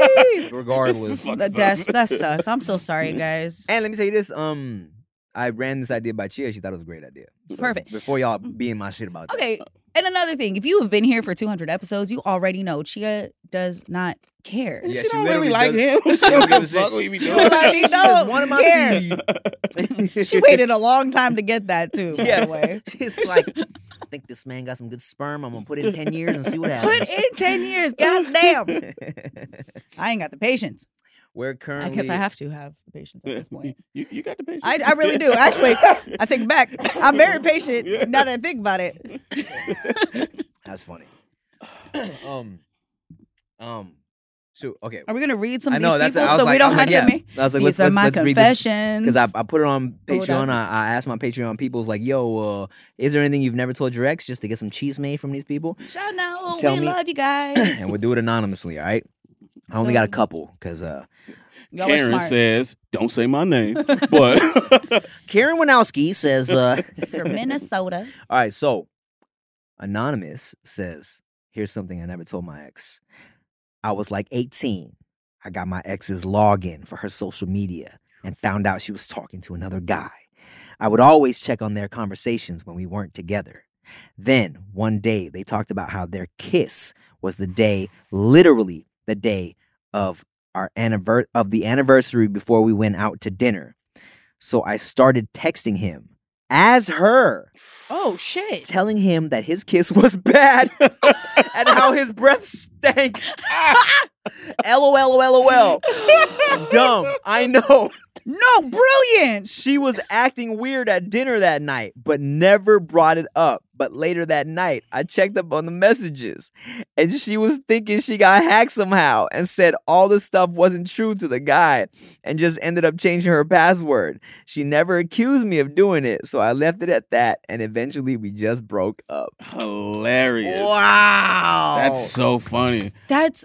regardless.
Fuck
That-
sucks.
that's that sucks. I'm so sorry, guys.
And let me tell you this. Um, I ran this idea by Chia. She thought it was a great idea.
Perfect. Mm.
Before y'all being my shit about that.
Okay. And another thing, if you have been here for 200 episodes, you already know Chia does not care.
And
Yeah,
she,
she
don't really
literally
like
does-
him. She
don't
don't
give
give
a
a fuck
shit.
what he be doing.
She
She
don't
is one of my
care.
seed.
She waited a long time to get that too. By
Yeah.
the way,
She's like, I think this man got some good sperm. I'm gonna put it in ten years and see what
put
happens.
in 10 years. God damn, I ain't got the patience.
We're currently.
I guess I have to have the patience at this point.
You, you got the picture.
I, I really do. Actually, I take it back. I'm very patient now that I think about it.
That's funny. um, um, shoot. Okay.
Are we gonna read some
I
of
know
these
that's. I
people
was
so
like,
we
I
don't
was like,
have
yeah.
to make?
I was like,
these
let's,
are
let's,
my
let's read this
confessions.
Because I, I put it on
Hold
Patreon.
up.
I, I asked my Patreon people, was like, yo, uh, is there anything you've never told your ex just to get some cheese made from these people?
Shout out,
Tell
we
me-
love you guys.
and we'll do it anonymously, all right? I only
So-
got a couple because uh,
Y'all are
Karen
smart.
says, "Don't say my name," but
Karen Winowski says, uh,
From Minnesota.
all right, so Anonymous says, here's something I never told my ex. I was like 18. I got my ex's login for her social media and found out she was talking to another guy. I would always check on their conversations when we weren't together. Then one day they talked about how their kiss was the day, literally the day of our anniver- of the anniversary before we went out to dinner. So I started texting him as her
Oh shit.
telling him that his kiss was bad and how his breath stank. LOL, LOL. Dumb. I know.
No, brilliant.
She was acting weird at dinner that night, but never brought it up. But later that night, I checked up on the messages and she was thinking she got hacked somehow and said all the stuff wasn't true to the guy and just ended up changing her password. She never accused me of doing it, so I left it at that and eventually we just broke up.
hilarious.
Wow.
that's so funny.
That's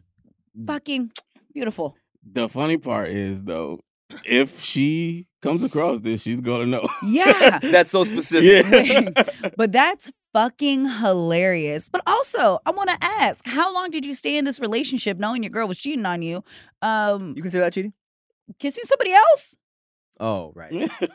fucking beautiful.
The funny part is though, if she comes across this, she's gonna know.
Yeah.
that's so specific.
yeah.
but that's fucking hilarious. But also, I want to ask, how long did you stay in this relationship knowing your girl was cheating on you? Um
You consider that cheating?
kissing somebody else?
Oh, right.
Damn.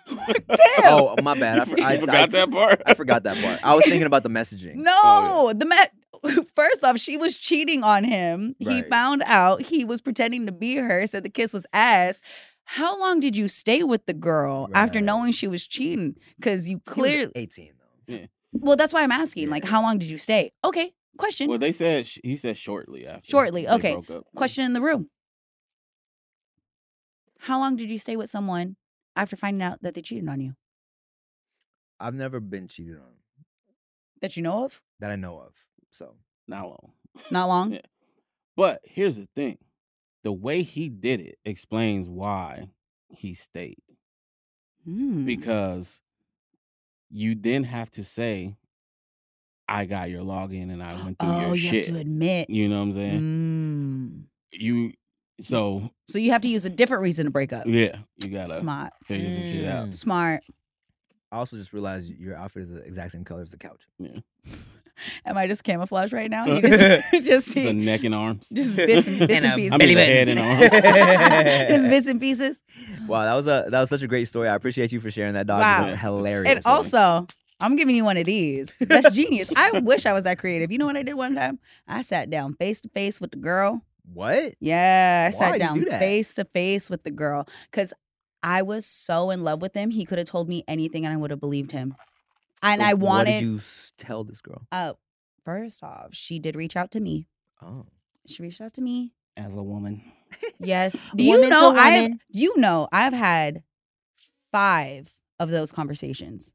Oh, my bad. I,
You
for- I,
forgot
I-
that part.
I forgot that part. I was thinking about the messaging.
No,
Oh,
the ma- First off, she was cheating on him. He
Right.
found out he was pretending to be her, said the kiss was ass. How long did you stay with the girl after
Right.
knowing she was cheating? Because you
He was
clearly,
18 though.
well, that's why I'm asking. Like,
Yeah.
how long did you stay? Okay, question,
Well, they said sh- he said shortly after.
Shortly,
they
okay.
broke up.
question in the room. How long did you stay with someone after finding out that they cheated on you?
I've never been cheated on
That you know of?
that I know of. So
Not long.
Not long.
Yeah. But here's the thing the way he did it explains why he stayed
Hmm.
because you then have to say, I got your login and I went through
oh,
your
you
shit.
have to admit.
You know what I'm saying?
Mm.
You, so
So you have to use a different reason to break up.
yeah, you gotta
uh, Smart.
figure some shit out.
Mm.
Smart.
I also just realized your outfit is the exact same color as the couch.
Am I just camouflage right now? You just, just
The
see
neck and arms.
just bits and, bits
And
and
a
pieces.
I mean, the head and arms.
just bits and pieces.
Wow, that was a that was such a great story. I appreciate you for sharing that, dog.
Wow.
That's hilarious.
And also, I'm giving you one of these. That's genius. I wish I was that creative. You know what I did one time? I sat down face to face with the girl.
what?
Yeah, I
Why
sat
do you
down
do that?
face to face with the girl because I was so in love with him. He could have told me anything, and I would have believed him. And
So
I
What
wanted.
did you s- tell this girl?
uh, first off, she did reach out to me.
Oh,
She reached out to me.
As a woman.
Yes. Do you
Woman to
know I? have-
woman.
You know I've had five of those conversations,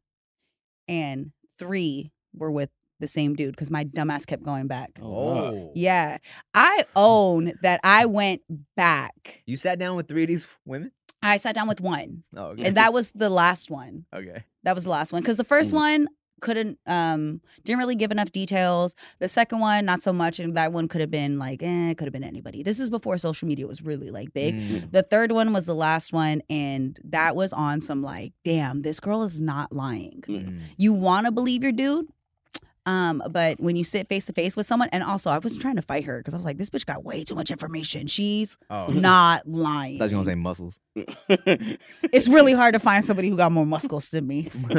and three were with the same dude because my dumbass kept going back.
oh.
Yeah, I own that I went back.
You sat down with three of these women.
I sat down with one,
Oh, okay.
and that was the last one.
okay.
That was the last one because the first
Mm.
one couldn't um didn't really give enough details. The second one not so much, and that one could have been like eh, it could have been anybody. This is before social media was really like big.
Mm.
The third one was the last one, and that was on some like, damn, this girl is not lying.
Mm.
You want to believe your dude, um, but when you sit face to face with someone, and also I was trying to fight her because I was like, this bitch got way too much information. She's
Oh,
not
I
lying.
thought you were gonna say muscles.
Oh. It's really hard to find somebody who got more muscles than me.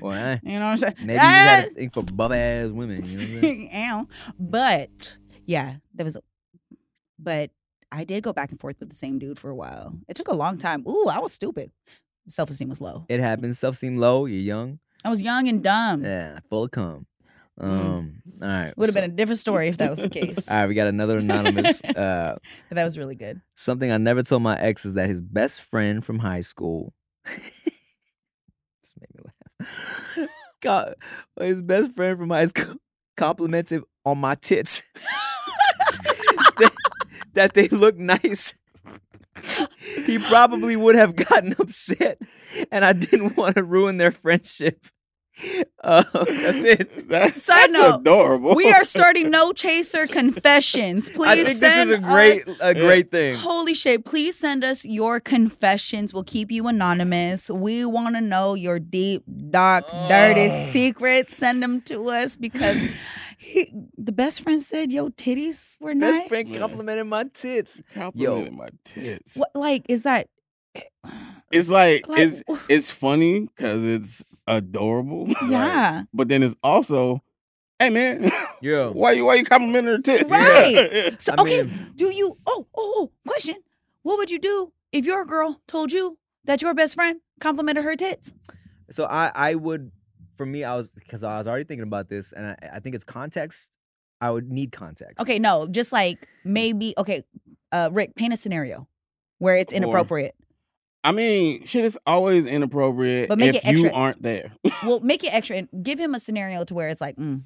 well, eh,
You know what I'm saying?
maybe you gotta think for buff ass women. You know what I'm saying?
Ow. But yeah, there was. But I did go back and forth with the same dude for a while. It took a long time. Ooh, I was stupid. Self esteem was low.
it happens. Self esteem low. You're young.
I was young and dumb.
Yeah, full of cum. Um, all right.
Would have
so-
been a different story if that was the case.
All right, we got another anonymous. uh,
But that was really good.
Something I never told my ex is that his best friend from high school. this made me laugh. God, his best friend from high school complimented on my tits. that, that they look nice. he probably would have gotten upset, and I didn't want to ruin their friendship. Uh, that's it.
That's,
Side
that's
note,
adorable.
We are starting No Chaser Confessions. Please
I think this
send
is a great,
us-
a great thing.
Holy shit, please send us your confessions. We'll keep you anonymous. We want to know your deep, dark, dirty
Oh.
secrets. Send them to us because he, the best friend said your titties were nice.
Best friend complimented my tits.
complimenting my tits.
What, like, is that.
It's like,
Like,
it's it's funny because it's adorable.
Yeah.
But then it's also, hey man,
Yeah.
why you why you complimenting her tits?
Right. So,
I
okay,
mean-
do you? Oh, oh, oh, question. What would you do if your girl told you that your best friend complimented her tits?
So I I would for me I was because I was already thinking about this and I, I think it's context. I would need context.
Okay, no, just like maybe, okay, uh, Rick, paint a scenario where it's
Or-
inappropriate.
I mean, shit is always inappropriate
But make
if
it extra-
you aren't there.
well, make it extra and give him a scenario to where it's like, mm,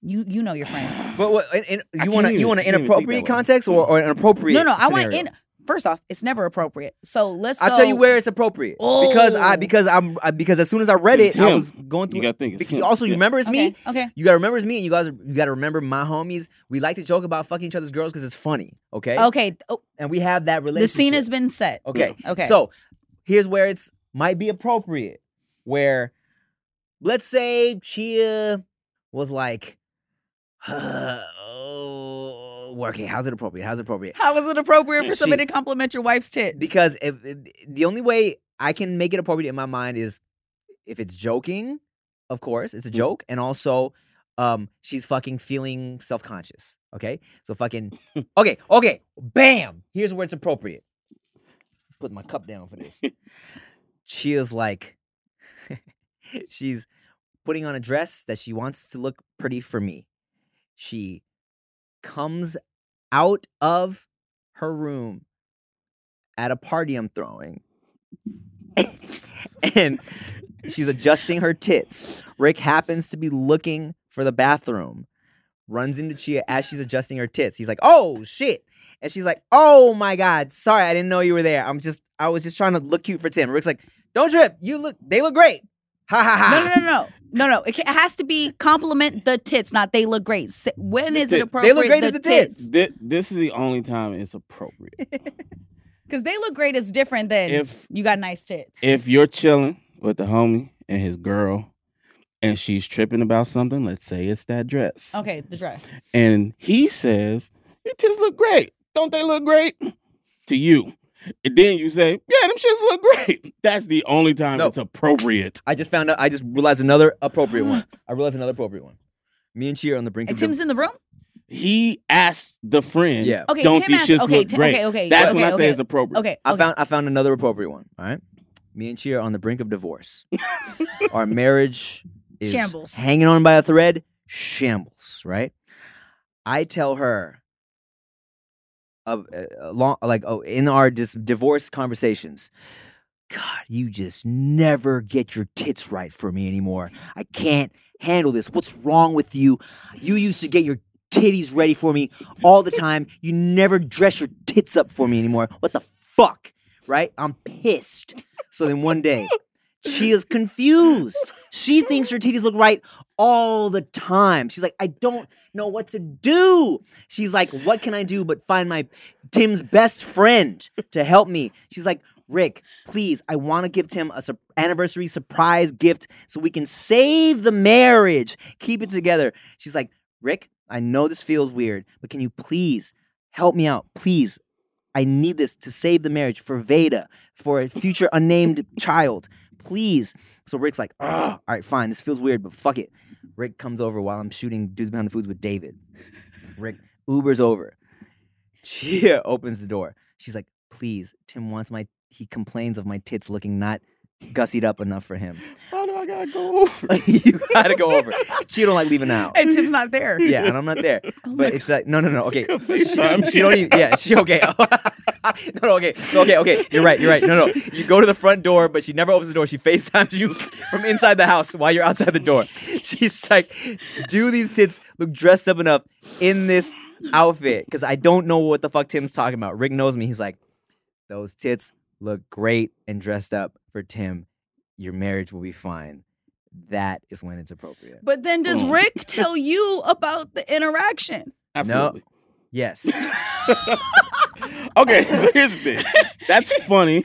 you you know your friend.
But what and, and
I
you want
can't
to you
even-
want
I
an
can't even think
inappropriate
that way. Mm-hmm.
context or, or an appropriate?
No, no, I want in.
scenario?
First off, it's never appropriate. So let's.
I'll tell you
go-
where it's appropriate because I
Oh.
because I'm I, because as soon as I read it,
It's
I
him.
was going through.
You gotta think. It's
because
him.
also, you
Yeah.
remember it's
Okay,
me.
okay.
You gotta remember it's me, and you guys you gotta remember my homies. We like to joke about fucking each other's girls because it's funny, okay?
Okay. Oh,
And we have
the
that relationship.
scene has been set.
Okay.
Okay.
So here's where it's might be appropriate. Where let's say Chia was like, oh, working. How's it appropriate? How's it appropriate?
How is it appropriate for
She-
somebody to compliment your wife's tits?
Because if, if- the only way I can make it appropriate in my mind is if it's joking, of course, it's a joke, and also um she's fucking feeling self-conscious. Okay? So fucking Okay, okay. Bam. Here's where it's appropriate. Put my cup down for this. she is like she's putting on a dress that she wants to look pretty for me. She comes out of her room at a party I'm throwing. and she's adjusting her tits. Rick happens to be looking for the bathroom, runs into Chia as she's adjusting her tits. He's like, oh shit. And she's like, oh my God, sorry, I didn't know you were there. I'm just, I was just trying to look cute for Tim. Rick's like, don't trip. You look, they look great. Ha ha ha.
No,
Ah.
no, no, no, no, no. It ca- it has to be compliment the tits, not they look great. S- When
The
is it
tits. They
appropriate?
look great at the tits.
Thi- This is the only time it's appropriate.
because they look great is different than
if
you got nice tits.
if you're chilling with the homie and his girl, and she's tripping about something, let's say it's that dress.
Okay, the dress.
And he says, Your tits look great. Don't they look great? To you. And then you say, Yeah, them shits look great. That's the only time
No.
it's appropriate.
I just found out. I just realized another appropriate one. I realized another appropriate one. Me and Chi are on the brink
And
of
Tim's in the room.
He asked the friend,
Yeah.
Okay,
Don't
Tim
these
asked-
shits
okay,
look
Tim-
great?
okay, okay,
That's
okay,
when I say
okay,
it's appropriate.
Okay,
I
okay.
found I found another appropriate one. All right, me and Chi are on the brink of divorce. Our marriage is
Shambles.
hanging on by a thread. Shambles, right? I tell her, uh, uh, long, like oh, in our dis- divorce conversations, God, you just never get your tits right for me anymore. I can't handle this. What's wrong with you? You used to get your titties ready for me all the time. You never dress your tits up for me anymore. What the fuck? Right? I'm pissed. So then one day, she is confused. She thinks her titties look right all the time. She's like, I don't know what to do. She's like, what can I do but find my Tim's best friend to help me? She's like, Rick, please, I want to give Tim a sur- anniversary surprise gift so we can save the marriage, keep it together. She's like, Rick, I know this feels weird, but can you please help me out? Please. I need this to save the marriage for Veda, for a future unnamed child. Please. So Rick's like, Ugh, all right, fine. This feels weird, but fuck it. Rick comes over while I'm shooting Dudes Behind the Foods with David. Rick Uber's over. Chia opens the door. She's like, please, Tim wants my, he complains of my tits looking not gussied up enough for him.
Why do I gotta go over?
you gotta go over. She don't like leaving out.
and Tim's not there.
Yeah, and I'm not there. but it's like, no, no, no. Okay.
FaceTime
She don't
me.
even, yeah, she okay. no, no, okay. No, okay, okay. You're right, you're right. No, no. You go to the front door, but she never opens the door. She FaceTimes you from inside the house while you're outside the door. She's like, do these tits look dressed up enough in this outfit? Because I don't know what the fuck Tim's talking about. Rick knows me. He's like, those tits look great and dressed up for Tim. Your marriage will be fine. That is when it's appropriate.
But then does
Mm.
Rick tell you about the interaction?
Absolutely.
Yes.
Okay, so here's the thing. That's funny.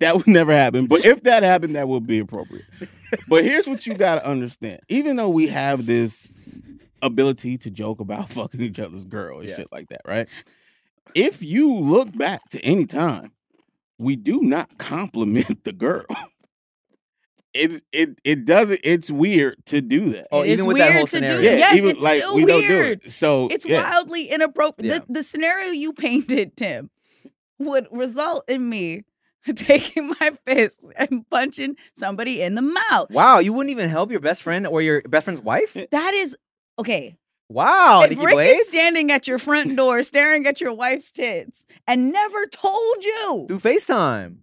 That would never happen. But if that happened, that would be appropriate. But here's what you gotta understand. Even though we have this ability to joke about fucking each other's girl and
Yeah.
shit like that, right? If you look back to any time, we do not compliment the girl. It's it it doesn't it's weird to do that.
Oh,
It is
even with
weird
that whole
to
scenario.
do. Yes, it's still weird.
it. So
It's
yeah.
wildly inappropriate.
Yeah.
The, the scenario you painted, Tim, would result in me taking my fist and punching somebody in the mouth.
Wow, you wouldn't even help your best friend or your best friend's wife?
That is okay.
Wow,
if
Nikki
Rick
Blades?
is standing at your front door staring at your wife's tits and never told you,
through FaceTime.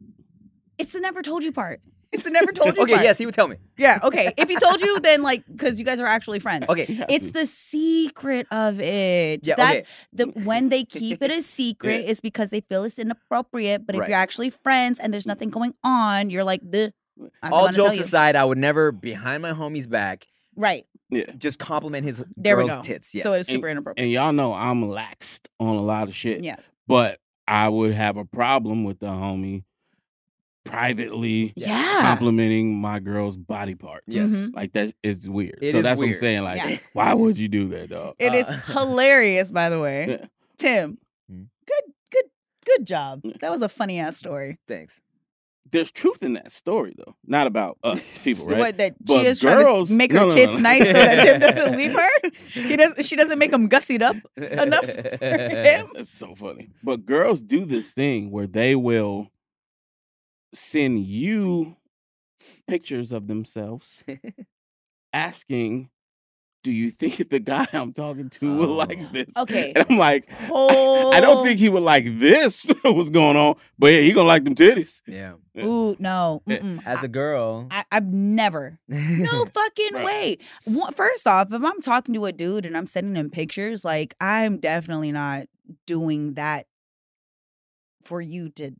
it's the never told you part. It's the never told you
Okay,
part.
yes, he would tell me.
Yeah. Okay. If he told you, then like, because you guys are actually friends.
Okay.
Yeah,
It's
dude.
the secret of it.
Yeah,
That's
okay.
the when they keep it a secret
Yeah.
is because they feel it's inappropriate. But if
Right. Mm.
you're actually friends and there's nothing going on, you're like the
All jokes aside, I would never behind my homie's back
Right.
just compliment his
There
girl's
we go.
tits. Yes.
So it's
And-
super inappropriate.
and y'all know I'm laxed on a lot of shit.
Yeah.
But I would have a problem with the homie privately
yeah.
complimenting my girl's body parts.
Yes.
Mhm.
Like that is weird.
It
so
is
that's what
weird.
I'm saying. Like,
Yeah.
why would you do that, dog?
It is
Uh,
hilarious, by the way.
Yeah.
Tim,
Hmm.
good, good, good job.
Yeah.
That was a funny ass story.
Thanks.
There's truth in that story though. Not about us people, right?
What that
But
she is
girls-
trying to make
no,
her
no, no,
tits
no.
nice so that Tim doesn't leave her. He does. She doesn't make him gussied up enough for him.
That's so funny. But girls do this thing where they will send you pictures of themselves asking, Do you think the guy I'm talking to will
Oh.
like this?
Okay.
And I'm like,
Oh,
I don't think he would like this, what's going on, but yeah, he gonna like them titties.
Yeah.
Ooh, no.
Yeah.
Mm-mm.
As a girl.
I, I've never. No fucking
Right.
way. Wha- First off, if I'm talking to a dude and I'm sending him pictures, like I'm definitely not doing that for you to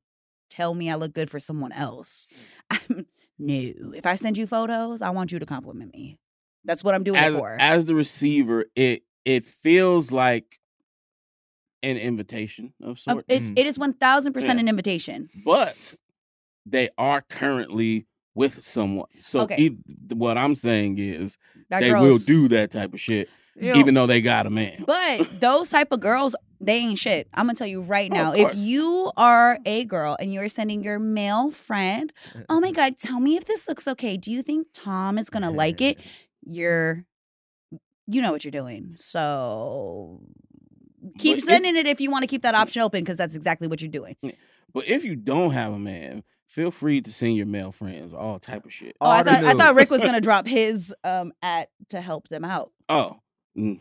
tell me I look good for someone else.
Mm.
I'm, no. If I send you photos, I want you to compliment me. That's what I'm doing
As,
it for.
as the receiver, it it feels like an invitation of
Of-
sorts.
it, it is 1000%
mm-hmm. Yeah.
an invitation.
but they are currently with someone. So
Okay.
eith- what I'm saying is
That
they will
girl's-
do that type of shit,
You
even though they got a man.
But those type of girls, they ain't shit. I'm gonna tell you right
Oh,
now.
of
if
course.
you are a girl and you're sending your male friend, oh my god, tell me if this looks okay. Do you think Tom is gonna like it? You're, you know what you're doing. So keep
But if-
sending it if you want to keep that option open because that's exactly what you're doing.
But if you don't have a man, feel free to send your male friends all type of shit.
Oh, I
All the
thought I
new-
thought Rick was gonna drop his um at to help them out.
Oh, mm.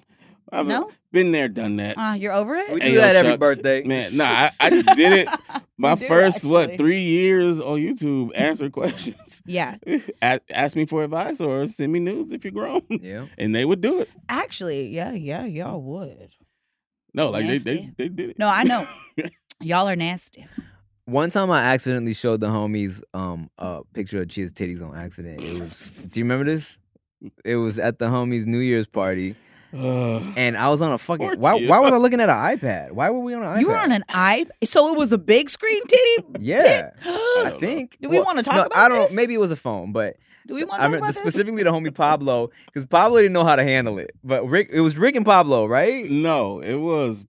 I've
No?
been there, done that.
Ah, you're over it.
We do
Ayo,
that every
shucks.
birthday.
Man, nah, I, I did it my
We do,
first what
actually.
three years on YouTube. Answer questions.
Yeah,
A- ask me for advice or send me nudes if you're grown,
Yeah.
and they would do it.
actually, yeah, yeah, y'all would.
No, like they, they
Nasty.
they did it.
No, I know. Y'all are nasty.
One time I accidentally showed the homies um a picture of Chia's titties on accident. It was do you remember this? It was at the homies New Year's party
Ugh.
and I was on a fucking
Poor
why,
Chia.
why was I looking at an iPad? Why were we on an iPad?
You were on an i. So it was a big screen titty.
Yeah. I,
know.
think.
Do we wanna talk
no,
about
I don't
this?
maybe it was a phone, but
Do we want
I
to
remember specifically the homie Pablo, because Pablo didn't know how to handle it. But Rick it was Rick and Pablo, right?
No, it was.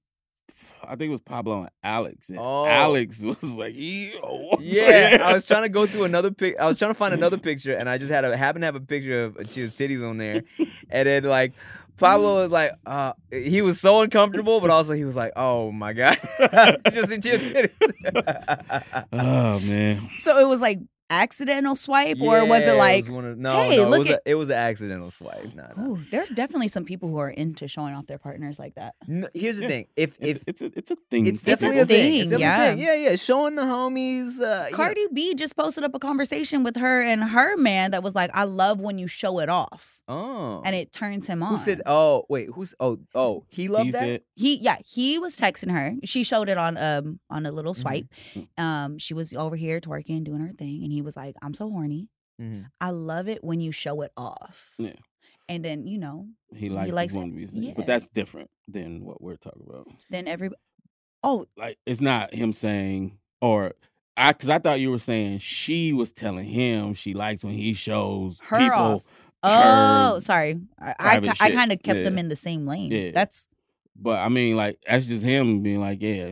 I think it was Pablo and Alex. And
Oh.
Alex was like, "Yo."
Yeah, I was trying to go through another pic. I was trying to find another picture, and I just had a happened to have a picture of Chia's titties on there, and then like Pablo was like, uh, he was so uncomfortable, but also he was like, oh my god, just in Chia's titties.
Oh man,
So it was like accidental swipe, or was
Yeah,
it like?
one of- no,
"Hey,
no, it
look
was
at-
a, it was an accidental swipe. Nah, nah.
Ooh, there are definitely some people who are into showing off their partners like that.
N- here's the
Yeah.
thing: if if
it's, it's a it's a thing.
it's
that
definitely a
people
thing,
do.
It's
thing,
definitely a thing. yeah, yeah, showing the homies, uh, you know-
Cardi B just posted up a conversation with her and her man that was like, "I love when you show it off,"
Oh,
and it turns him on.
who said? Oh, wait, who's? Oh, oh, he loved
He
that.
said,
he yeah he was texting her she showed it on um on a
Mm-hmm,
little swipe
mm.
um she was over here twerking doing her thing and he was like i'm so horny
Mhm.
i love it when you show it off
Yeah.
and then you know
he likes, his
likes it.
woman to be seen.
Yeah.
but that's different than what we're talking about.
then every oh
Like it's not him saying or I because I thought you were saying she was telling him she likes when he shows
Her
people.
off.
her
oh sorry i I,
private
ki- I
shit.
kind of kept them
Yeah.
in the same lane
Yeah.
that's
But I mean, like that's just him being like, yeah,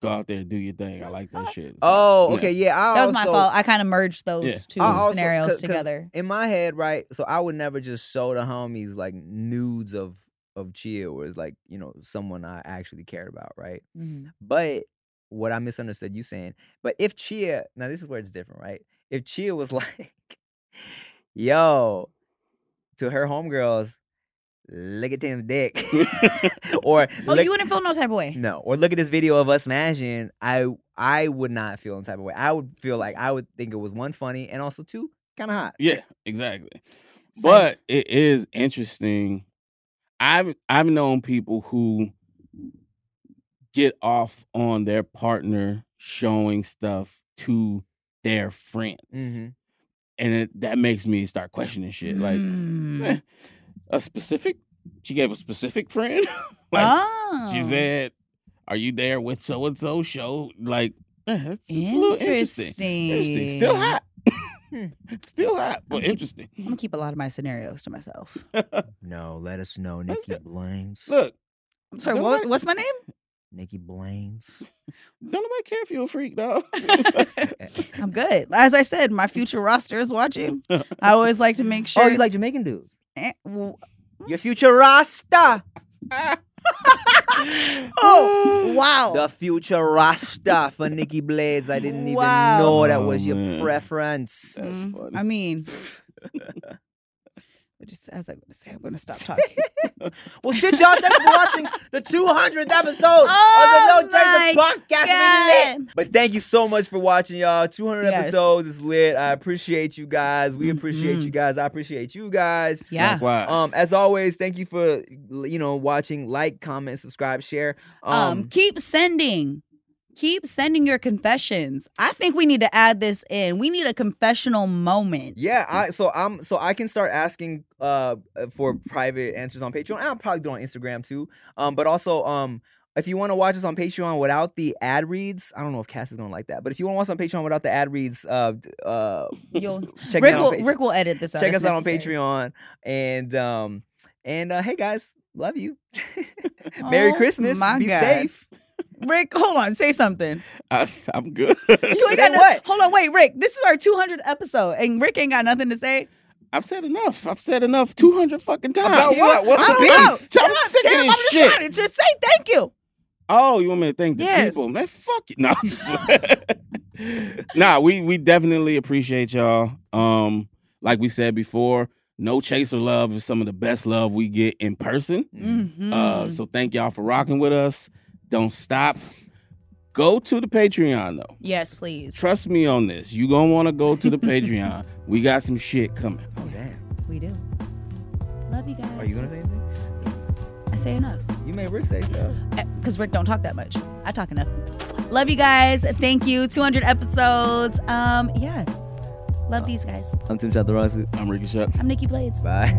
go out there, do your thing. I like that shit. So,
Oh,
yeah.
okay, yeah. I
that was my
also-
fault i kind of merged those
Yeah.
two
I also-
scenarios
'cause- 'cause
together
In my head, right? So I would never just show the homies like nudes of of Chia, or like you know someone I actually cared about, right?
Mhm.
But what I misunderstood you saying, but if Chia, now this is where it's different, right? If Chia was like, yo, to her homegirls, look at them dick, or
oh
look,
you wouldn't feel no type of way
no, or look at this video of us smashing. I I would not feel any type of way. I would feel like I would think it was one funny and also two kind of hot.
Yeah, exactly.
Same.
But it is interesting. I've I've known people who get off on their partner showing stuff to their friends,
Mm-hmm.
Mhm.
and it, that makes me start questioning shit. Like
Mm.
eh, a specific, she gave a specific friend. like,
oh
She said, "Are you there with so and so show?" Like, eh, it's, it's a little interesting. Interesting. Still hot.
Hmm.
Still hot, but interesting.
I'm gonna keep a lot of my scenarios to myself.
No, let us know,
Let's
Nikki Blaines.
Look,
I'm sorry.
Don't
What was,
worry.
what's my name?
Nikki Blaines.
don't nobody care if you're a freak, dog.
I'm good. As I said, my future roster is watching. I always like to make sure.
Oh, you like Jamaican dudes?
Eh, w-
Your future Rasta.
oh wow.
The future Rasta for Nikki Blades. I didn't even
Wow.
know that
Oh,
was your
man.
preference.
That's
Mm,
funny.
I mean, I just as I'm gonna say, I'm gonna stop talking.
Well, shit, y'all. Thanks for watching the 200th episode
Oh
of the No Chaser
my
podcast. We
God.
lit. But thank you so much for watching, y'all. 200
Yes.
episodes is lit. I appreciate you guys. We appreciate
Mhm.
you guys. I appreciate you guys.
Yeah.
Likewise.
Um, as always, thank you for you know watching. Like, comment, subscribe, share.
Um,
Um,
keep sending. Keep sending your confessions. I think we need to add this in. We need a confessional moment.
yeah. I so I'm so I can start asking uh for private answers on Patreon. I'll probably do it on Instagram too. Um, but also um
If you want to watch us on Patreon without the ad reads, I don't know if Cass is gonna like that, but if you want to watch us on Patreon without the ad reads, uh, d- uh,
You'll,
check
Rick,
it out
will,
on Patreon.
Rick will edit this out.
check
if
us out on
necessary.
Patreon and um and uh, hey guys, love you. Merry
Oh,
Christmas.
my
Be
God.
safe.
Rick, hold on. Say something.
I, I'm good.
You ain't
Say
got no-
what?
Hold on. Wait, Rick. This is our 200th episode, and Rick ain't got nothing to say.
I've said enough. I've said enough. Two hundred fucking times.
About what? What's
I
the
don't
beef?
know.
I'm
Shut up,
sick of
Tim.
this
I'm just
shit.
trying to just say thank you.
Oh, you want me to thank the
Yes.
people? Man, fuck you. No, I'm just playing. nah, we we definitely appreciate y'all. Um, like we said before, no chaser love is some of the best love we get in person.
Mm-hmm.
Uh, so thank y'all for rocking with us. Don't stop. Go to the Patreon though.
yes, please.
Trust me on this. You gonna want to go to the Patreon. We got some shit coming.
Oh damn.
we do. Love you guys.
Are you gonna say anything?
I say enough.
You made Rick say stuff.
because Rick don't talk that much. I talk enough. Love you guys. Thank you. 200 episodes. Um, yeah. Love these guys.
I'm Tim Chatarasi.
I'm Ricky Shucks.
I'm Nikki Blades.
Bye.